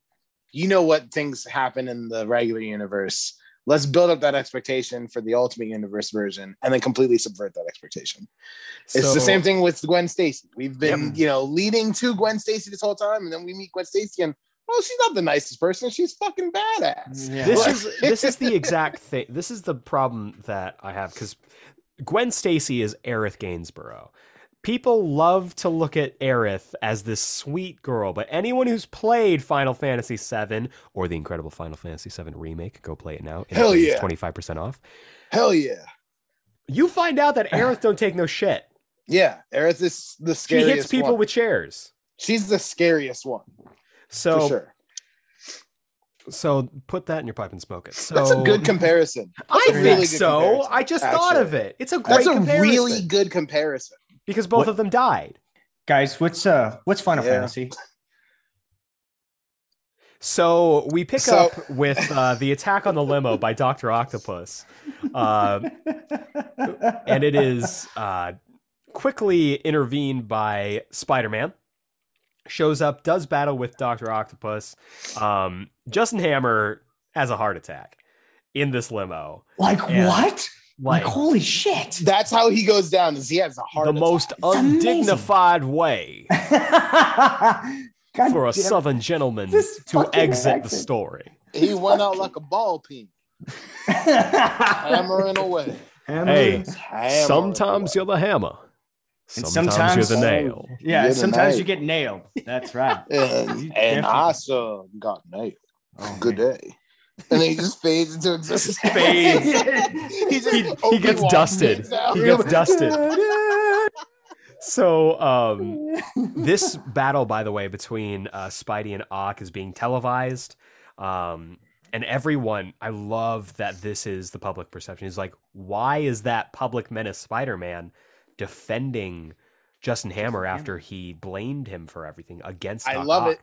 you know what things happen in the regular universe. Let's build up that expectation for the ultimate universe version and then completely subvert that expectation. It's the
So-
same thing with Gwen Stacy. We've been,
Yep.
you know, leading to Gwen Stacy this whole time, and then we meet Gwen Stacy, and oh, she's not the nicest person. She's fucking badass.
Yeah.
this is this is the exact thing. This is the problem that I have because Gwen Stacy is Aerith Gainsborough. People love to look at Aerith as this sweet girl, but anyone who's played Final Fantasy VII or the incredible Final Fantasy VII remake, go play it now.
Hell yeah.
twenty five percent off.
Hell yeah.
You find out that Aerith don't take no shit.
Yeah. Aerith is the
She
scariest.
hits people
one.
with chairs.
She's the scariest one
So,
for sure.
so put that in your pipe and smoke it. So
That's a good comparison.
I
a
think
really good
so.
comparison,
I just thought of
actually.
it. It's a great
That's a
comparison
really good comparison.
because both
What-
of them died.
Guys, what's uh what's Final
Yeah.
Fantasy?
So we pick
So-
up with uh, the attack on the limo by Doctor Octopus, uh, and it is uh, quickly intervened by Spider Man. Shows up, does battle with Doctor Octopus. Um, Justin Hammer has a heart attack in this limo.
like
Yeah.
what?
Like
Like, holy shit.
That's how he goes down. Is he has a heart
the
attack.
most
amazing.
undignified way
God
for a
damn-
Southern gentleman
This
to
fucking
exit the
accent.
story.
He went out like a ball peen, hammering away.
Hey,
Hammering
sometimes
away.
you're the hammer,
And
sometimes,
sometimes-
you're the nail.
Yeah,
You're the
sometimes
knight.
you get nailed. That's right. You
and, and I
definitely-
saw got nailed.
Oh,
Good
man.
day. And then he just fades into existence.
Fades.
he, just
He- he
Obi-Wan
gets dusted.
fades out.
He gets dusted. So um, this battle, by the way, between uh, Spidey and Ock is being televised, um, and everyone. I love that this is the public perception. Is like, why is that public menace Spider-Man defending Justin Hammer
Hammer.
after he blamed him for everything against?
I
Doc
love
Ock?
it.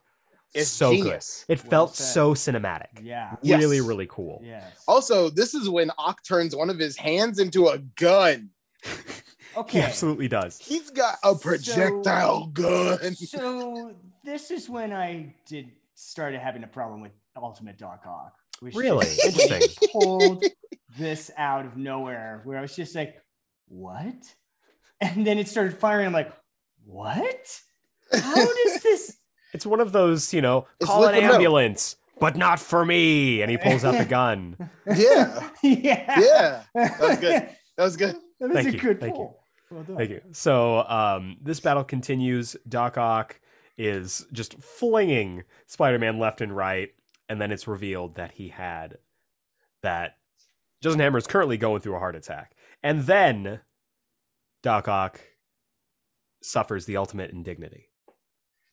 It's
so
genius.
good. It
Well
felt
said.
so cinematic.
Yeah.
Yes.
Really, really cool.
Yes.
Also, this is when Ock turns one of his hands into a gun.
He
Okay.
absolutely does.
He's got a projectile gun.
So this is when I did started having a problem with Ultimate Dark Hawk. which
Really
just
interesting.
pulled this out of nowhere, where I was just like, "What?" and then it started firing. I'm like, what? How does this?
It's one of those, you know,
It's
call an
liquid metal.
ambulance, but not for me. And he pulls out the gun.
Yeah.
yeah,
Yeah. was good. That was good.
That was
Thank
a
you,
good
thank you.
pull. Well done.
Thank you. So um, this battle continues. Doc Ock is just flinging Spider-Man left and right, and then it's revealed that he had that Justin Hammer is currently going through a heart attack, and then Doc Ock suffers the ultimate indignity.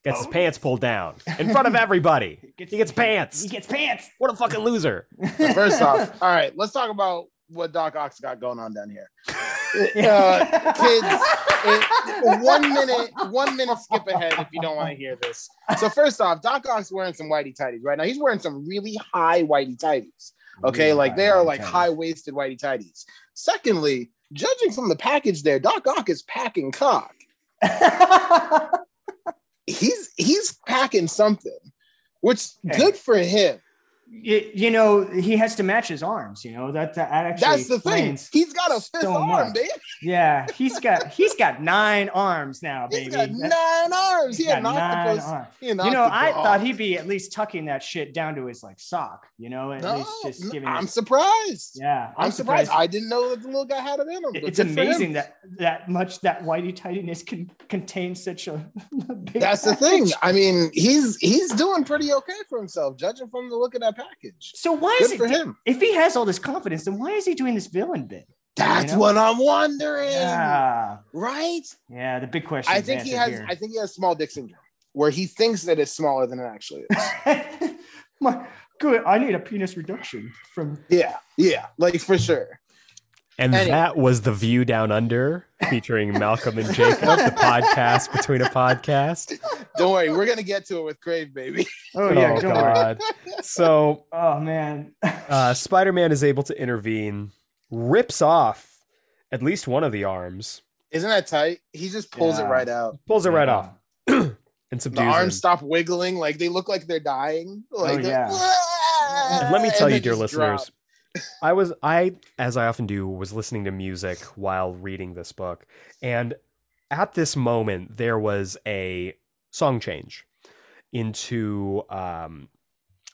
Gets his
Oh,
pants pulled down in front of everybody. He gets pants.
He gets pants.
What a fucking loser!
First off, all right, let's talk about what Doc Ock's got going on down here. Uh, kids, it- one minute, one minute skip ahead if you don't want to hear this. So first off, Doc Ock's wearing some whitey tighties right now. He's wearing some really high whitey tighties. Okay,
Really
like they
high
are like
tighties.
high waisted whitey tighties. Secondly, judging from the package there, Doc Ock is packing cock. He's he's packing something, which
Okay.
good for him.
you, you know, he has to match his arms. You know that that actually
That's the thing.
explains-
He's got a fifth
so
arm,
much.
baby.
Yeah, he's got he's got nine arms now,
He's
baby.
got
That-
nine arms. He
he's
had an
got nine
octopus.
arms.
He had an
You know, I
octopus.
thought he'd be at least tucking that shit down to his like sock. You know, at
No,
least just giving.
I'm
it,
surprised.
yeah,
I'm surprised. I didn't know that the little guy had it in him. but
it's
good for him.
amazing that that much that whitey tightiness can contain such a. big
That's the thing.
package.
I mean, he's he's doing pretty okay for himself, judging from the look of that package.
So why is
Good
it?
for him.
If he has all this confidence, then why is he doing this villain bit?
That's
know?
what I'm wondering.
Yeah,
Right?
yeah. The big question.
Um, I think he has I think he has small dick syndrome where he thinks that it's smaller than it actually is.
My, good. I need a penis reduction from.
yeah. Yeah. Like for sure.
And
Anyway.
that was the View Down Under featuring Malcolm and Jacob, the podcast between a podcast.
Don't worry, we're gonna get to it with Crave, baby.
Oh yeah,
oh
don't worry.
God. So
Oh man.
uh, Spider-Man is able to intervene, rips off at least one of the arms,
Isn't that tight? He just pulls it
Yeah.
right out.
pulls it right off, and
The
subdues him.
arms stop wiggling, like they look like they're dying. Like they're-
yeah.
And Oh, let me
and
tell
they
you, dear
just
listeners,
drop.
I was I, as I often do, was listening to music while reading this book, and at this moment there was a song change into um,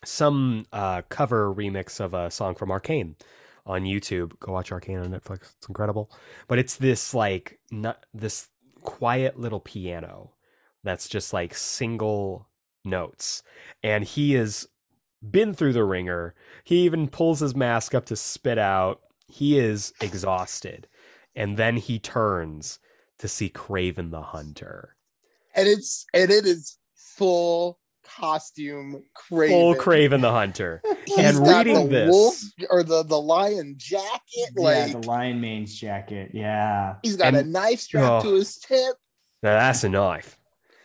some uh, cover remix of a song from Arcane on YouTube. Go watch Arcane on Netflix; it's incredible. But it's this like not this quiet little piano that's just like single notes, and he has been through the ringer. He even pulls his mask up to spit out. He is exhausted. And then he turns to see Craven the Hunter.
and it's and it is full costume crazy.
Full Craven the Hunter. and reading
the
this-
wolf or the the lion jacket, like
yeah, the lion mane's jacket. Yeah.
he's got a
and-
knife strapped
oh.
to his tip.
Now that's a knife.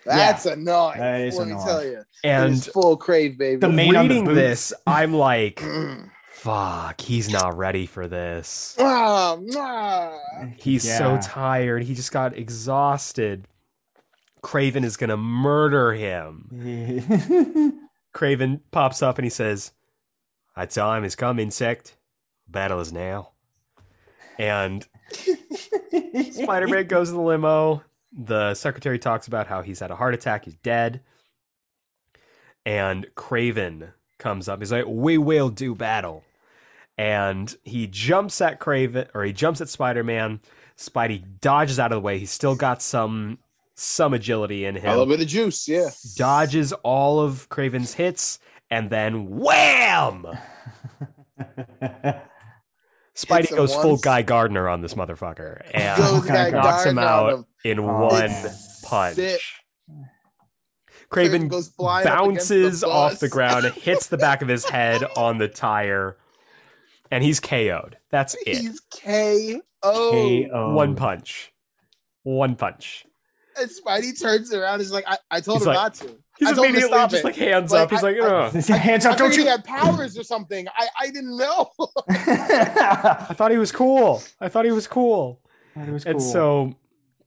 That's a knife.
That is
let
a
me
knife.
tell you, and
And
it's full crave, baby.
The main on the
reading
boots.
this, I'm like,
Mm.
fuck, he's not ready for this.
Ah, mwah.
He's
Yeah.
so tired. He just got exhausted. Craven is going to murder him. Craven pops up and he says, "Our time has come, insect. Battle is now." And Spider-Man goes to the limo. The secretary talks about how he's had a heart attack, he's dead. And Craven comes up. He's like, "We will do battle." And he jumps at Craven or he jumps at Spider-Man. Spidey dodges out of the way. He's still got some some agility in him
a little bit of juice, yeah.
dodges all of Craven's hits, and then wham!
Hits
Spidey
him
goes full
once.
Guy Gardner on this motherfucker and
Goes
Guy
knocks him
Gardner
out
on him.
in
Oh,
one
man.
punch.
Sick.
Craven
goes flying up against the
bounces off the
bus.
ground, hits the back of his head on the tire, and he's KO'd. That's it.
He's KO.
One punch. One punch.
And Spidey turns around. He's like, I, I told
He's
him
like-
not to.
He's
I told him to
immediately
stop
just
it.
like hands
Like,
up. He's
I-
like,
I-
Ugh.
Hands
I
up!
thought
Don't
he
you?
had powers or something. I, I didn't know.
I thought he was cool. I thought he was cool.
That was
And
cool.
so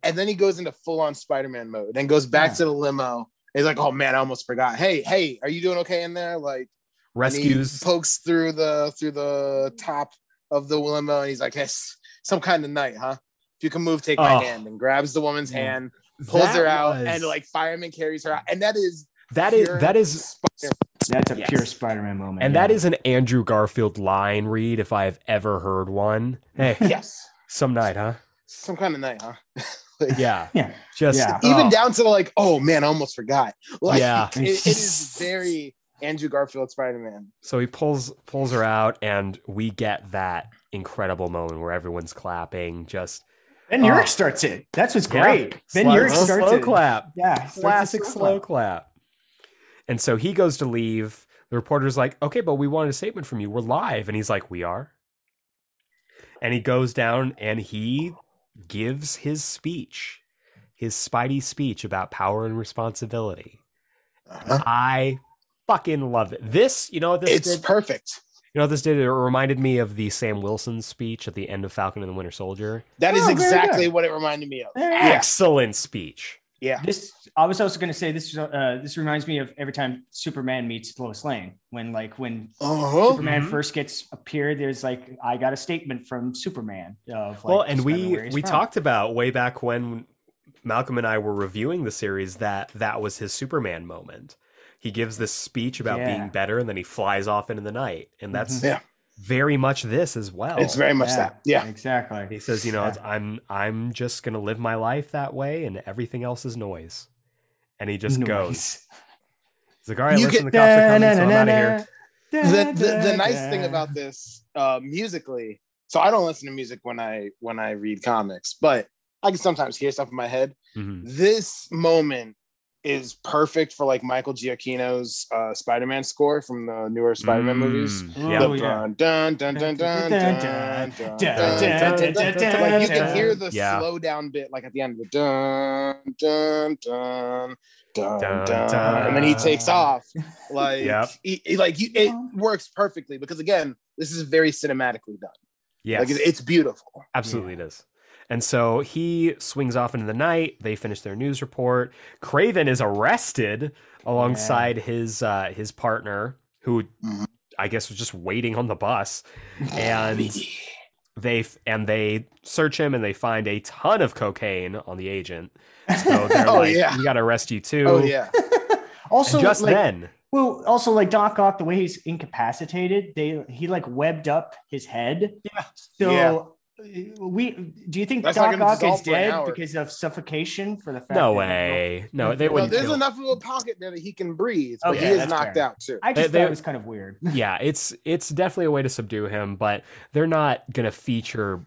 And then he goes into full on Spider Man mode and goes back
Yeah.
to the limo. He's like, oh man, I almost forgot. Hey, hey, are you doing okay in there? Like, and he
rescues
pokes through the through the top of the limo, and he's like, yes, some kind of night, huh? If you can move, take
Oh.
my hand, and grabs the woman's
Yeah.
hand, pulls
That
her out,
was-
and like fireman carries her out. And that is
that is
pure
that is
That's a
Yes.
pure Spider-Man moment.
and
yeah.
that is an Andrew Garfield line read if I have ever heard one. Hey,
yes,
some night, huh?
some kind of night, huh?
Yeah,
yeah.
just
Yeah.
Even
oh,
down to like, oh man, I almost forgot. Like,
Yeah.
it, it is very Andrew Garfield Spider Man.
So he pulls pulls her out, and we get that incredible moment where everyone's clapping. Just
Ben
Oh.
Urich starts it. That's what's great.
Yeah.
ben Urich
slow,
starts
slow
it.
clap.
Yeah, he starts a
classic slow clap. And so he goes to leave. The reporter's like, "Okay, but we wanted a statement from you. We're live." And he's like, "We are." And he goes down and he gives his speech, his Spidey speech about power and responsibility.
Uh-huh.
I fucking love it. This, you know, what this
It's
did,
perfect.
you know, what this did. It reminded me of the Sam Wilson speech at the end of Falcon and the Winter Soldier.
That is
Oh, very
exactly
good.
what it reminded me of.
Yeah.
Excellent speech.
Yeah.
This I was also going to say this. Uh, this reminds me of every time Superman meets Lois Lane. When like when
Oh,
Superman
Mhm.
first gets appeared, there's like I got a statement from Superman. Of, like,
well and
describing where
we
he's
we
from.
talked about way back when malcolm and i were reviewing the series that that was his superman moment he gives this speech about
Yeah.
being better and then he flies off into the night and that's
Mhm.
Yeah.
very much this as well
it's very much
Yeah,
that. Yeah.
exactly.
he says you know it's, i'm i'm just gonna live my life that way and everything else is noise and he just goes he's like all right
You
listen
get-
the cops are coming so i'm out of here
The, the, the nice thing about this uh, musically, so I don't listen to music when I when I read comics, but I can sometimes hear stuff in my head.
Mhm.
This moment is perfect for like Michael Giacchino's uh, Spider-Man score from the newer Spider-Man movies.
Mm,
Oh,
yeah.
The
yeah.
dun, dun, dun, dun, dun, dun, dun, dun, dun, dun, dun. like you can hear the
Yeah.
slow down bit like at the end of the dun dun dun
Dun,
dun dun,
dun.
and then he takes off like
Yep.
he, he- like you, it works perfectly because again this is very cinematically done
Yes.
like it's, it's beautiful
Absolutely it is. And so he swings off into the night. They finish their news report. Craven is arrested alongside his uh, his partner, who
Mhm.
I guess was just waiting on the bus. And
Yeah.
they f- and they search him and they find a ton of cocaine on the agent. So they're
Oh,
like,
yeah.
"We got to arrest you too."
oh yeah
also
And just
like,
then,
Well, also like Doc Ock, the way he's incapacitated, they he like webbed up his head.
Yeah.
So we do you think
That's not
Doc
gonna
Ock is
dissolve for an
dead
hour.
because of suffocation for the fact?
no
that-
way, no, they
No,
well,
wouldn't.
there's
kill-
enough of a pocket there that he can breathe but
Okay,
he is
that's
knocked
fair.
out too
I
They-
just
they-
thought it was kind of weird.
yeah, it's it's definitely a way to subdue him, but they're not gonna feature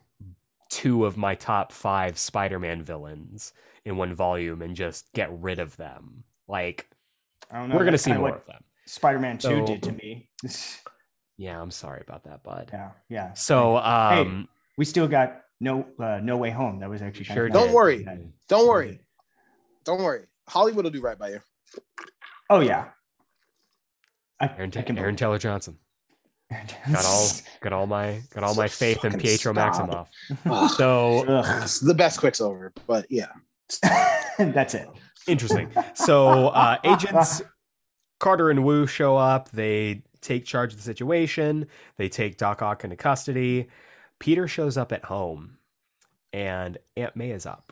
two of my top five Spider-Man villains in one volume and just get rid of them. Like
I don't know.
we're gonna
that's
see
kinda
more
what
of them.
Spider-Man Two
So-
did to me.
Yeah, I'm sorry about that, bud.
yeah, yeah.
So um
We still got no uh, no way home. That was actually kind
Sure
of
Don't
nice.
worry. don't worry don't worry hollywood will do right by you
Oh yeah. I,
Aaron,
I can
Aaron
believe-
Taylor Johnson. Got all got all my got all my faith in
Fucking
Pietro
snob.
Maximoff.
Ugh,
So
Ugh.
Ah, it's the best quicksilver but yeah
That's it.
Interesting. So uh, agents Carter and Wu show up. They take charge of the situation. They take Doc Ock into custody. Peter shows up at home, and Aunt May is up,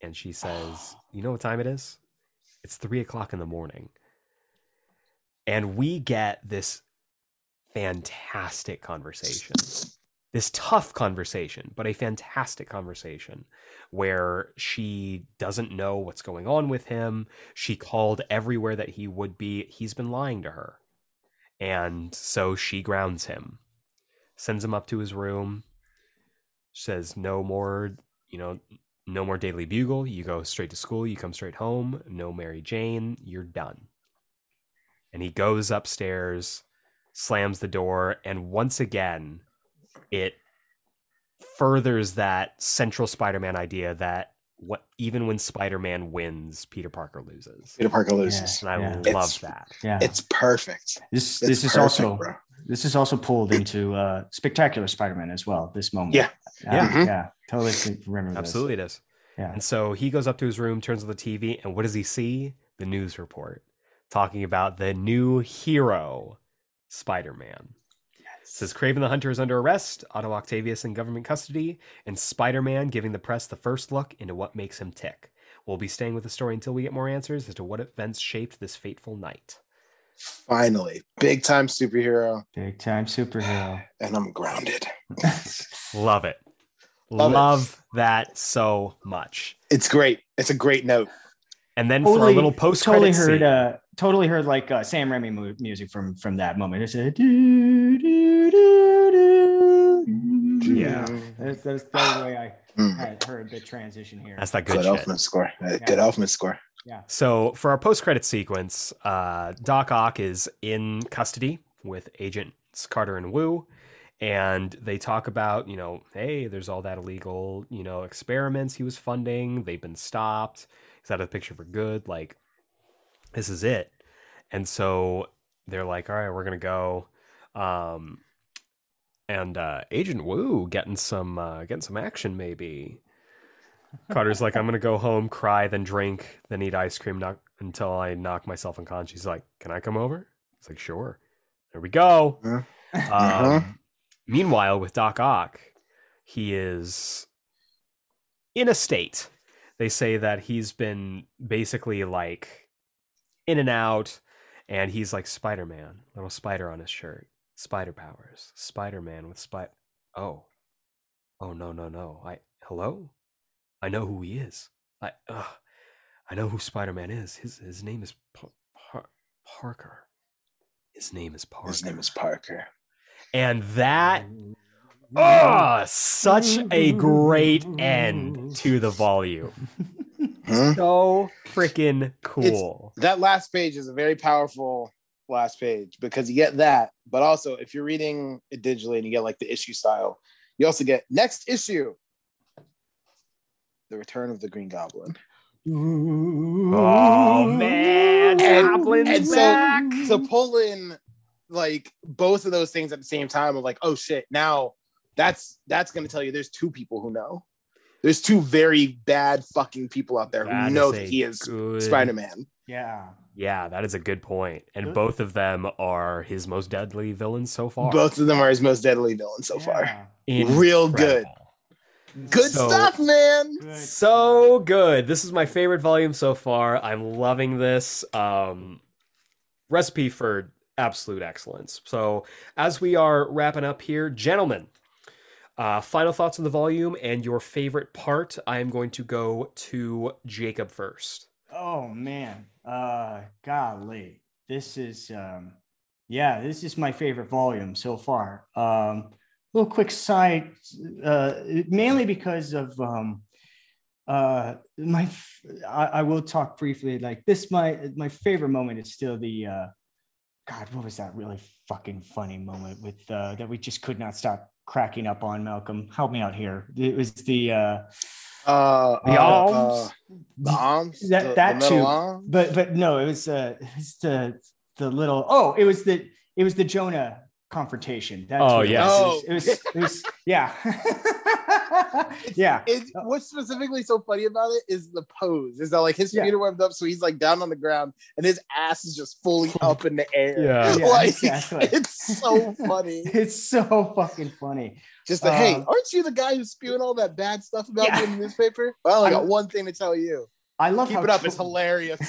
and she says, "You know what time it is? It's three o'clock in the morning." And we get this fantastic conversation, this tough conversation, but a fantastic conversation where she doesn't know what's going on with him. She called everywhere that he would be. He's been lying to her. And so she grounds him, sends him up to his room, says, No more, you know, no more Daily Bugle. You go straight to school. You come straight home. No Mary Jane. You're done. And he goes upstairs, slams the door. And once again, it furthers that central Spider-Man idea that what even when Spider-Man wins, Peter Parker loses.
peter parker loses
And I
Yeah.
love
It's-
that.
Yeah.
it's perfect
this
It's
this is
perfect,
also
bro.
this is also pulled into uh spectacular Spider-Man as well. This moment.
Yeah.
Uh,
Yeah.
Mhm.
Yeah. Totally can remember. this.
Absolutely it is.
Yeah.
And so he goes up to his room, turns on the TV, and what does he see? The news report talking about the new hero, Spider-Man. says Craven the Hunter is under arrest, Otto Octavius in government custody, and Spider Man giving the press the first look into what makes him tick. We'll be staying with the story until we get more answers as to what events shaped this fateful night.
Finally, big time superhero,
Big time superhero.
and I'm grounded.
Love it.
Love
Love,
it.
that so much.
It's great. It's a great note.
And then for a
Totally-
little post
totally
credit
heard
scene.
uh totally heard like uh, Sam Raimi mu- music from from that moment. It's a do do do do. Yeah. That's, that's, that's the way I
Mm.
had heard the transition here.
That's that
Good
good shit.
Elfman score. Uh, Good Elfman score.
So for our post-credit sequence, uh, Doc Ock is in custody with agents Carter and Wu, and they talk about you know, hey, there's all that illegal you know experiments he was funding. They've been stopped. He's out of the picture for good. Like this is it. And so they're like, all right, we're gonna go. Um, and uh, Agent Wu getting some uh, getting some action maybe. Carter's like, I'm gonna go home, cry, then drink, then eat ice cream knock, until I knock myself unconscious. He's like, Can I come over? It's like, Sure. There we go.
Mhm.
Um, meanwhile, with Doc Ock, he is in a state. They say that he's been basically like in and out, and he's like Spider Man, little spider on his shirt, spider powers, Spider Man with spy. Oh, oh no no no! I hello. I know who he is. I uh, I know who Spider Man is. His his name is Pa- Par- Parker. His name is Parker.
His name is Parker.
And that oh, such a great end to the volume.
Hmm?
So freaking cool.
That last page is a very powerful last page because you get that, but also if you're reading it digitally and you get like the issue style, you also get next issue. The return of the Green Goblin.
Oh man,
And-
Goblin's
and so-
back.
So pull in like both of those things at the same time of like, oh shit, now that's that's gonna tell you there's two people who know. There's two very bad fucking people out there
That
who know
is
that
a
he is
good-
Spider-Man.
Yeah.
Yeah, that is a good point. And
Good.
both of them are his most deadly villains so far.
Both of them are his most deadly villains so far.
Yeah.
Real good. Good
So-
stuff, man.
Good.
So good. This is my favorite volume so far. I'm loving this. Um recipe for absolute excellence. So as we are wrapping up here, gentlemen, uh final thoughts on the volume and your favorite part. I am going to go to Jacob first.
Oh man, uh, golly, this is um, yeah, this is my favorite volume so far. Um, little quick side, uh, mainly because of um, uh, my. f- I, I will talk briefly. Like this, my my favorite moment is still the. Uh, God, what was that really fucking funny moment with uh, that we just could not stop cracking up on? Malcolm, help me out here. It was the. Uh,
Uh,
The
uh,
arms?
uh, the arms.
That-
the- the
that
metal
too.
arms?
but but no, it was uh it's the the little oh it was the it was the Jonah confrontation. That's
Oh,
what it
yes.
was. it was, it was, it was yeah
Uh,
yeah
It, what's specifically so funny about it is the pose. Is that like his feet
Yeah.
are warmed up, so he's like down on the ground, and his ass is just fully up in the air.
Yeah.
Yeah,
like,
exactly.
It's so funny.
it's so fucking funny.
Just like, hey,
Um,
aren't you the guy who's spewing all that bad stuff about
Yeah.
me in the newspaper? Well, I got
I'm-
one thing to tell you.
I love
Keep
how
it up.
Tro-
It's hilarious.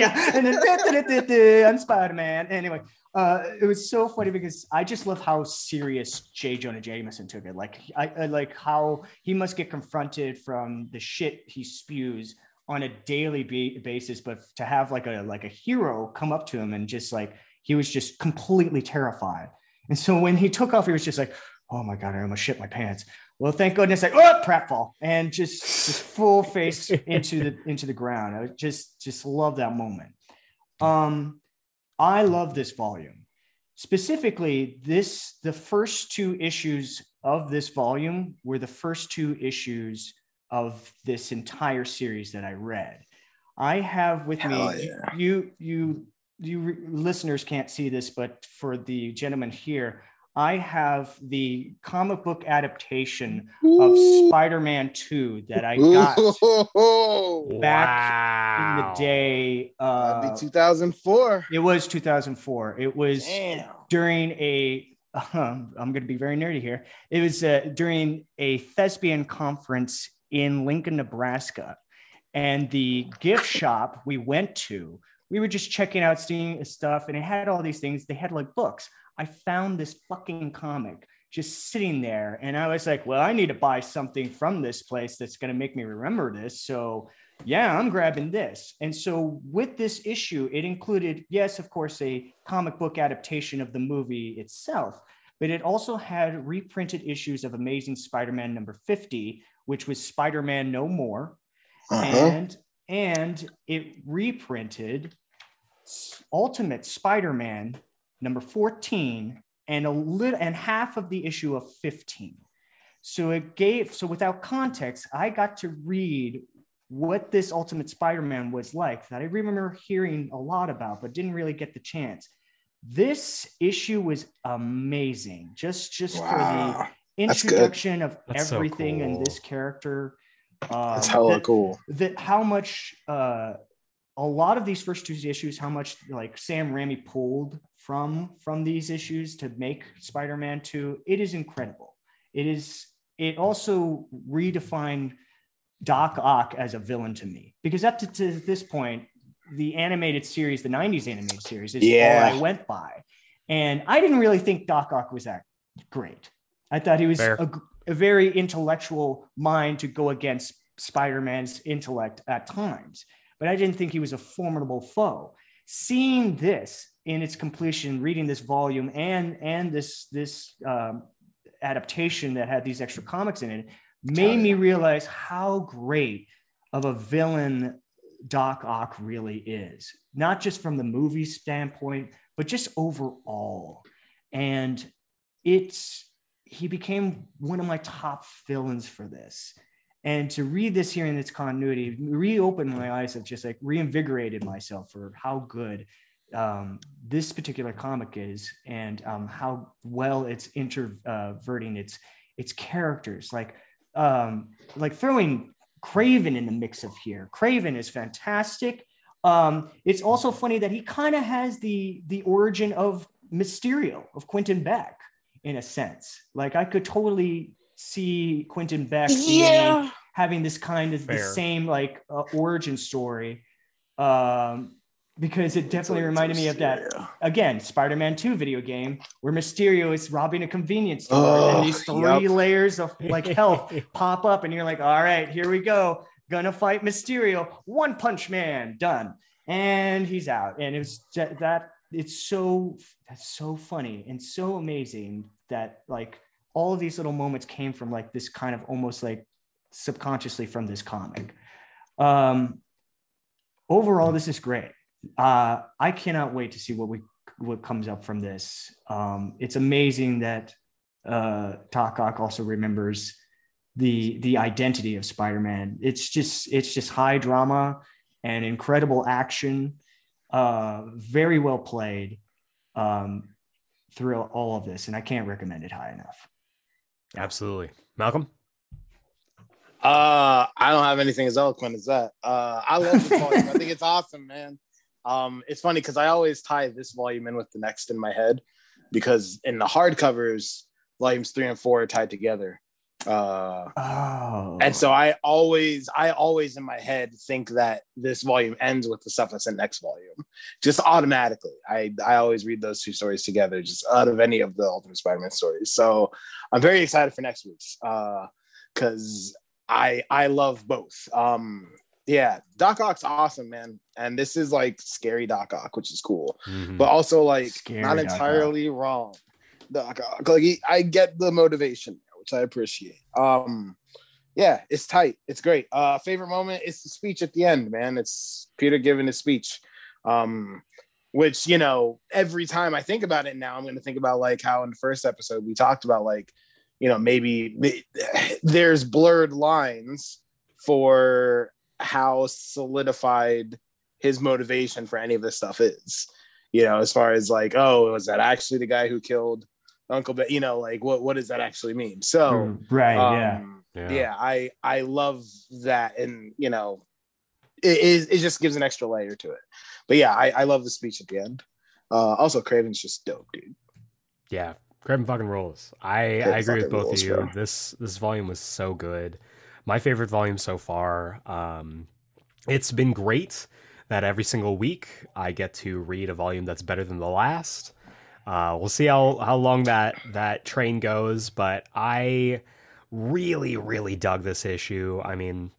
yeah, and then da-da-da-da-da, I'm Spider Man. Anyway, uh, it was so funny because I just love how serious J. Jonah Jameson took it. Like, I, I like how he must get confronted from the shit he spews on a daily ba- basis, but to have like a like a hero come up to him and just like he was just completely terrified. And so when he took off, he was just like, "Oh my god, I almost shit my pants." Well, thank goodness I oh pratfall and just just full face into the into the ground. I just just love that moment. Um, I love this volume specifically. This the first two issues of this volume were the first two issues of this entire series that I read. I have with me
Hell yeah.
you you you re- listeners can't see this, but for the gentleman here, I have the comic book adaptation of Spider-Man 2 that I got
Ooh.
in the
Back
day. Uh,
That'd be 2004.
it was 2004. It was
Damn.
during a um, I'm going to be very nerdy here. It was uh, during a thespian conference in Lincoln, Nebraska. And the gift shop we went to, we were just checking out seeing stuff and it had all these things. They had like books. I found this fucking comic just sitting there. And I was like, well, I need to buy something from this place that's going to make me remember this. So, yeah, I'm grabbing this. And so, with this issue, it included, yes, of course, a comic book adaptation of the movie itself, but it also had reprinted issues of Amazing Spider Man number 50, which was Spider Man No More.
Uh-huh.
And and it reprinted Ultimate Spider-Man number 14 and a little and half of the issue of 15 so it gave so without context i got to read what this ultimate spider-man was like that i remember hearing a lot about but didn't really get the chance this issue was amazing just just
Wow.
for the
That's good.
introduction of
That's so
everything
cool.
and this character uh,
That's hella
that-
cool.
that how much uh, a lot of these first two issues, how much like Sam Raimi pulled from from these issues to make Spider-Man 2, it is incredible. It is it also redefined Doc Ock as a villain to me because up to, to this point, the animated series, the 90s animated series, is
Yeah.
all I went by. And I didn't really think Doc Ock was that great. I thought he was
Fair.
a, a very intellectual mind to go against Spider-Man's intellect at times, but I didn't think he was a formidable foe. Seeing this in its completion, reading this volume and and this this um, adaptation that had these extra comics in it, made
Oh,
me realize how great of a villain Doc Ock really is. Not just from the movie standpoint, but just overall. And it's he became one of my top villains for this. And to read this here in its continuity reopened my eyes of just like reinvigorated myself for how good um, this particular comic is and um, how well it's interverting its its characters. Like um, like throwing Craven in the mix of here. Craven is fantastic. Um, it's also funny that he kind of has the the origin of Mysterio of Quentin Beck in a sense. Like I could totally see Quentin Beck being- having this kind of the
Fair.
same like uh, origin story, um, because it definitely reminded me of that
Yeah.
again Spider-Man 2 video game where Mysterio is robbing a convenience store
Oh,
and these three
yup.
layers of like health pop up and you're like all right here we go gonna fight Mysterio one punch man done and he's out and it's ju- that it's so that's so funny and so amazing that like all of these little moments came from like this kind of almost like subconsciously from this comic um overall this is great uh i cannot wait to see what we what comes up from this um it's amazing that uh takak also remembers the the identity of spider-man it's just it's just high drama and incredible action uh very well played um throughout all of this and i can't recommend it high enough
Absolutely. Malcolm?
Uh, I don't have anything as eloquent as that. Uh, I love this volume. I think it's awesome, man. Um, it's funny because I always tie this volume in with the next in my head because in the hardcovers, volumes three and four are tied together. Uh,
oh
and so I always, I always in my head think that this volume ends with the stuff that's in next volume, just automatically. I I always read those two stories together, just out of any of the Ultimate Spider-Man stories. So I'm very excited for next week's, because I I love both. Um, yeah, Doc Ock's awesome, man, and this is like scary Doc Ock, which is cool
Mm-hmm. Hmm.
but also like
Scary
not
Doc Ock.
entirely wrong. Doc Ock. Like he- I get the motivation, which I appreciate. Um, yeah, it's tight. It's great. Uh, favorite moment is the speech at the end, man. It's Peter giving his speech. Um, which you know, every time I think about it now, I'm going to think about like how in the first episode we talked about like, you know, maybe there's blurred lines for how solidified his motivation for any of this stuff is you know, as far as like, oh, was that actually the guy who killed Uncle Ben? You know, like what what does that actually mean? So
Hmm. right
um,
yeah
Yeah.
yeah. I I love that, and you know, it is it just gives an extra layer to it. But yeah, I I love the speech at the end. Uh, also, Craven's just dope, dude.
Yeah. Craven fucking rules. I,
Craven
I agree with
fucking
both
rules,
of you.
bro.
This this volume was so good. My favorite volume so far. Um, it's been great that every single week I get to read a volume that's better than the last. Uh, we'll see how how long that that train goes, but I really really dug this issue. I mean,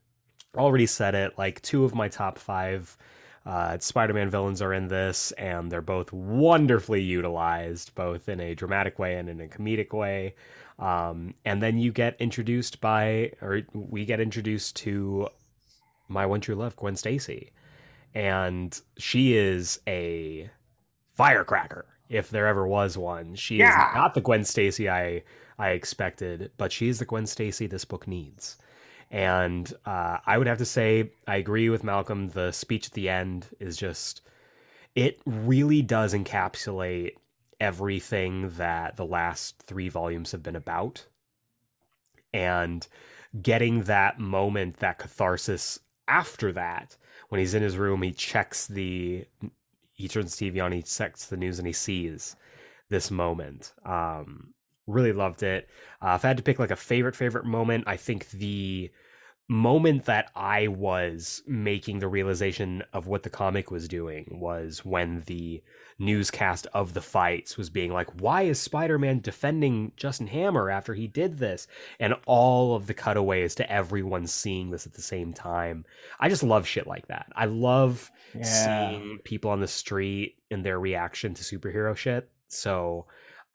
already said it. Like two of my top five uh, Spider-Man villains are in this, and they're both wonderfully utilized, both in a dramatic way and in a comedic way. Um, and then you get introduced by, or we get introduced to my one true love, Gwen Stacy, and she is a firecracker if there ever was one. She
Yeah.
is not the Gwen Stacy I I expected, but she is the Gwen Stacy this book needs. And uh, I would have to say, I agree with Malcolm. The speech at the end is just, it really does encapsulate everything that the last three volumes have been about. And getting that moment, that catharsis after that, when he's in his room, he checks the, he turns the TV on, he checks the news, and he sees this moment. Um, really loved it. Uh, if I had to pick like a favorite favorite moment, I think the moment that I was making the realization of what the comic was doing was when the newscast of the fights was being like, "Why is Spider-Man defending Justin Hammer after he did this?" And all of the cutaways to everyone seeing this at the same time. I just love shit like that. I love
Yeah.
seeing people on the street and their reaction to superhero shit. So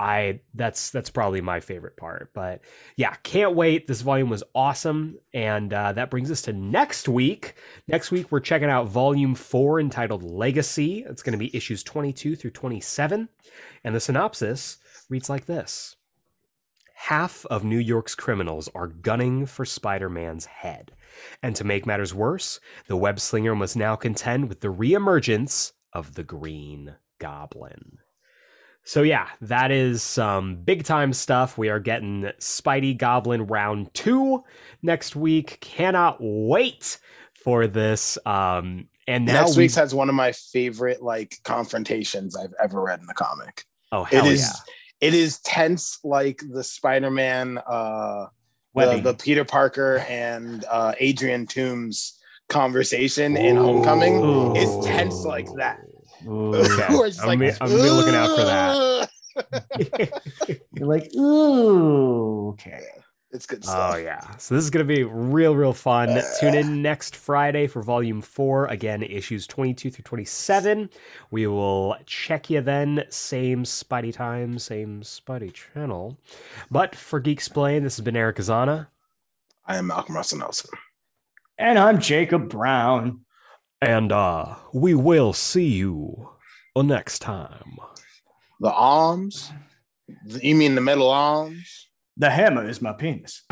I that's that's probably my favorite part. But yeah, can't wait. This volume was awesome. And uh, that brings us to next week. Next week we're checking out volume four entitled Legacy. It's gonna be issues 22 through 27. And the synopsis reads like this. Half of New York's criminals are gunning for Spider Man's head. And to make matters worse, the web slinger must now contend with the reemergence of the Green Goblin. So, yeah, that is some big time stuff. We are getting Spidey Goblin round two next week. Cannot wait for this. Um, and now
Next
we-
week's has one of my favorite like confrontations I've ever read in the comic.
oh, hell
It is
yeah.
it is tense like the Spider-Man uh the,
Webbing.
the Peter Parker and uh Adrian Toomes conversation in Homecoming.
Ooh.
It's tense like that.
Ooh.
Okay.
Where it's
I'm gonna- I'm gonna be looking out for that.
"Ugh."
You're like, ooh, okay.
It's good
Oh
stuff.
yeah. So this is going to be real real fun.
Uh.
Tune in next Friday for volume 4, again issues 22 through 27. We will check you then same Spidey time, same Spidey channel. But for Geek Explain, this has been Eric Azana.
I am Malcolm Russell Nelson.
And I'm Jacob Brown.
And uh we will see you next time.
The arms? The- You mean the metal arms?
The hammer is my penis.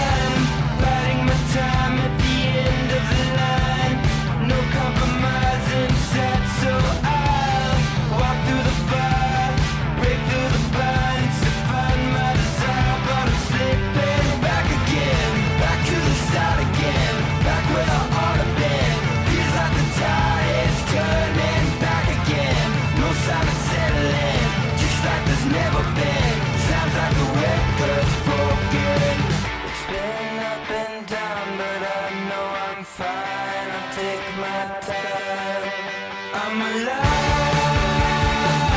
Biding my time at the end of the line. No compromising set, so I'll walk through the fire, break through the blinds to find my desire. But I'm slipping back again, back to the start again, back where I ought to be. Feels like the tide is turning back again. No sign of settling, just like there's never been. Sounds like the record's broken. It's been up and down, but I know I'm fine. I'll take my time. I'm alive.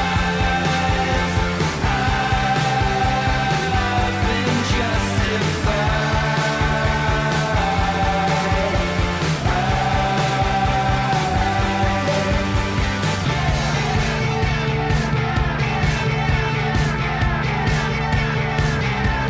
I've been justified.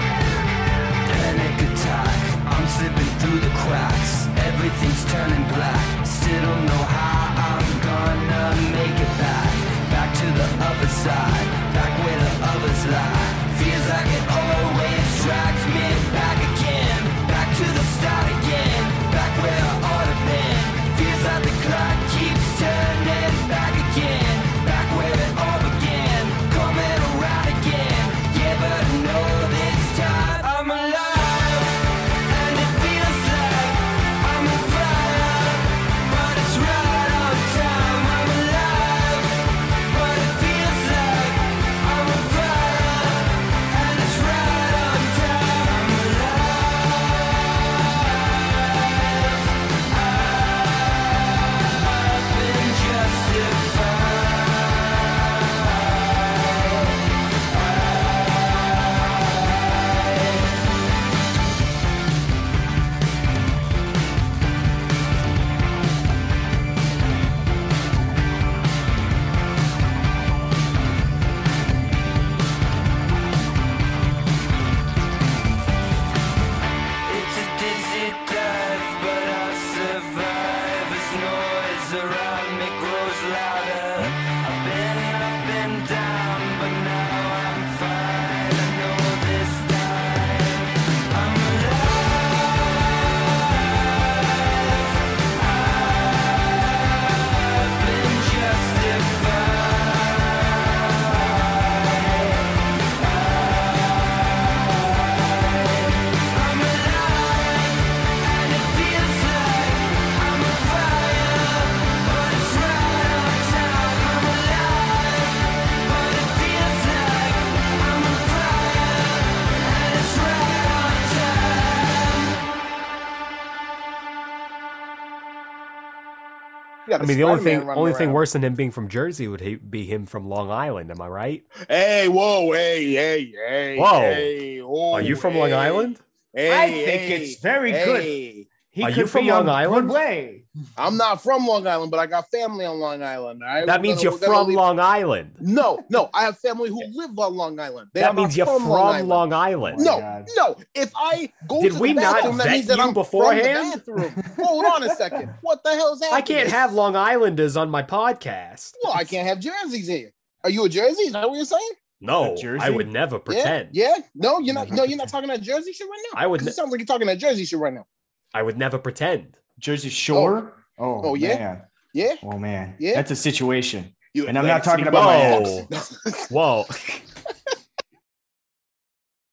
and it could talk. I'm slipping through the cracks. Everything's turning black. Still don't know how I'm gonna make it back. Back to the other side. Back where the others lie. Feels like it always drags me back again. Back to the start again. Back where I ought to been. Feels
got.
I
a
mean, the only
Spider-Man
thing
running
only thing
around.
worse than him being from Jersey would he, be him from Long Island. Am I right?
Hey, whoa, hey, hey, hey.
Whoa.
Hey, whoa,
Are you from
hey,
Long Island?
Hey,
I think
hey,
it's very good.
hey.
He
Are
could
you from
be on
Long Island?
Good way.
I'm not from Long Island, but I got family on Long Island. all right?
That
We're
means
gonna-
you're
we're gonna
from
leave-
Long Island.
No, no, I have family who live on Long Island. They are
That
not
means you're from
Island.
Long Island. Oh
No.
No, no. If I go
Did
to
we
the
not
bathroom, that
vet
means that
you
I'm
beforehand?
from the bathroom. Hold on a second. What the hell's happening?
I can't have Long Islanders on my podcast.
Well, I can't have jerseys here. Are you a Jersey? Is that what you're saying?
No,
A jersey?
I would never pretend.
Yeah, yeah. No, you're not.
Never
No, you're not talking that Jersey shit right now.
I would.
'Cause
ne-
It sounds like you're talking that Jersey shit right now.
I would never pretend.
Jersey Shore. Oh,
Oh, yeah?
Man.
Yeah.
Oh man.
Yeah.
That's a situation.
You
And I'm not
Atlantic
talking about my
City Bucks.
Whoa,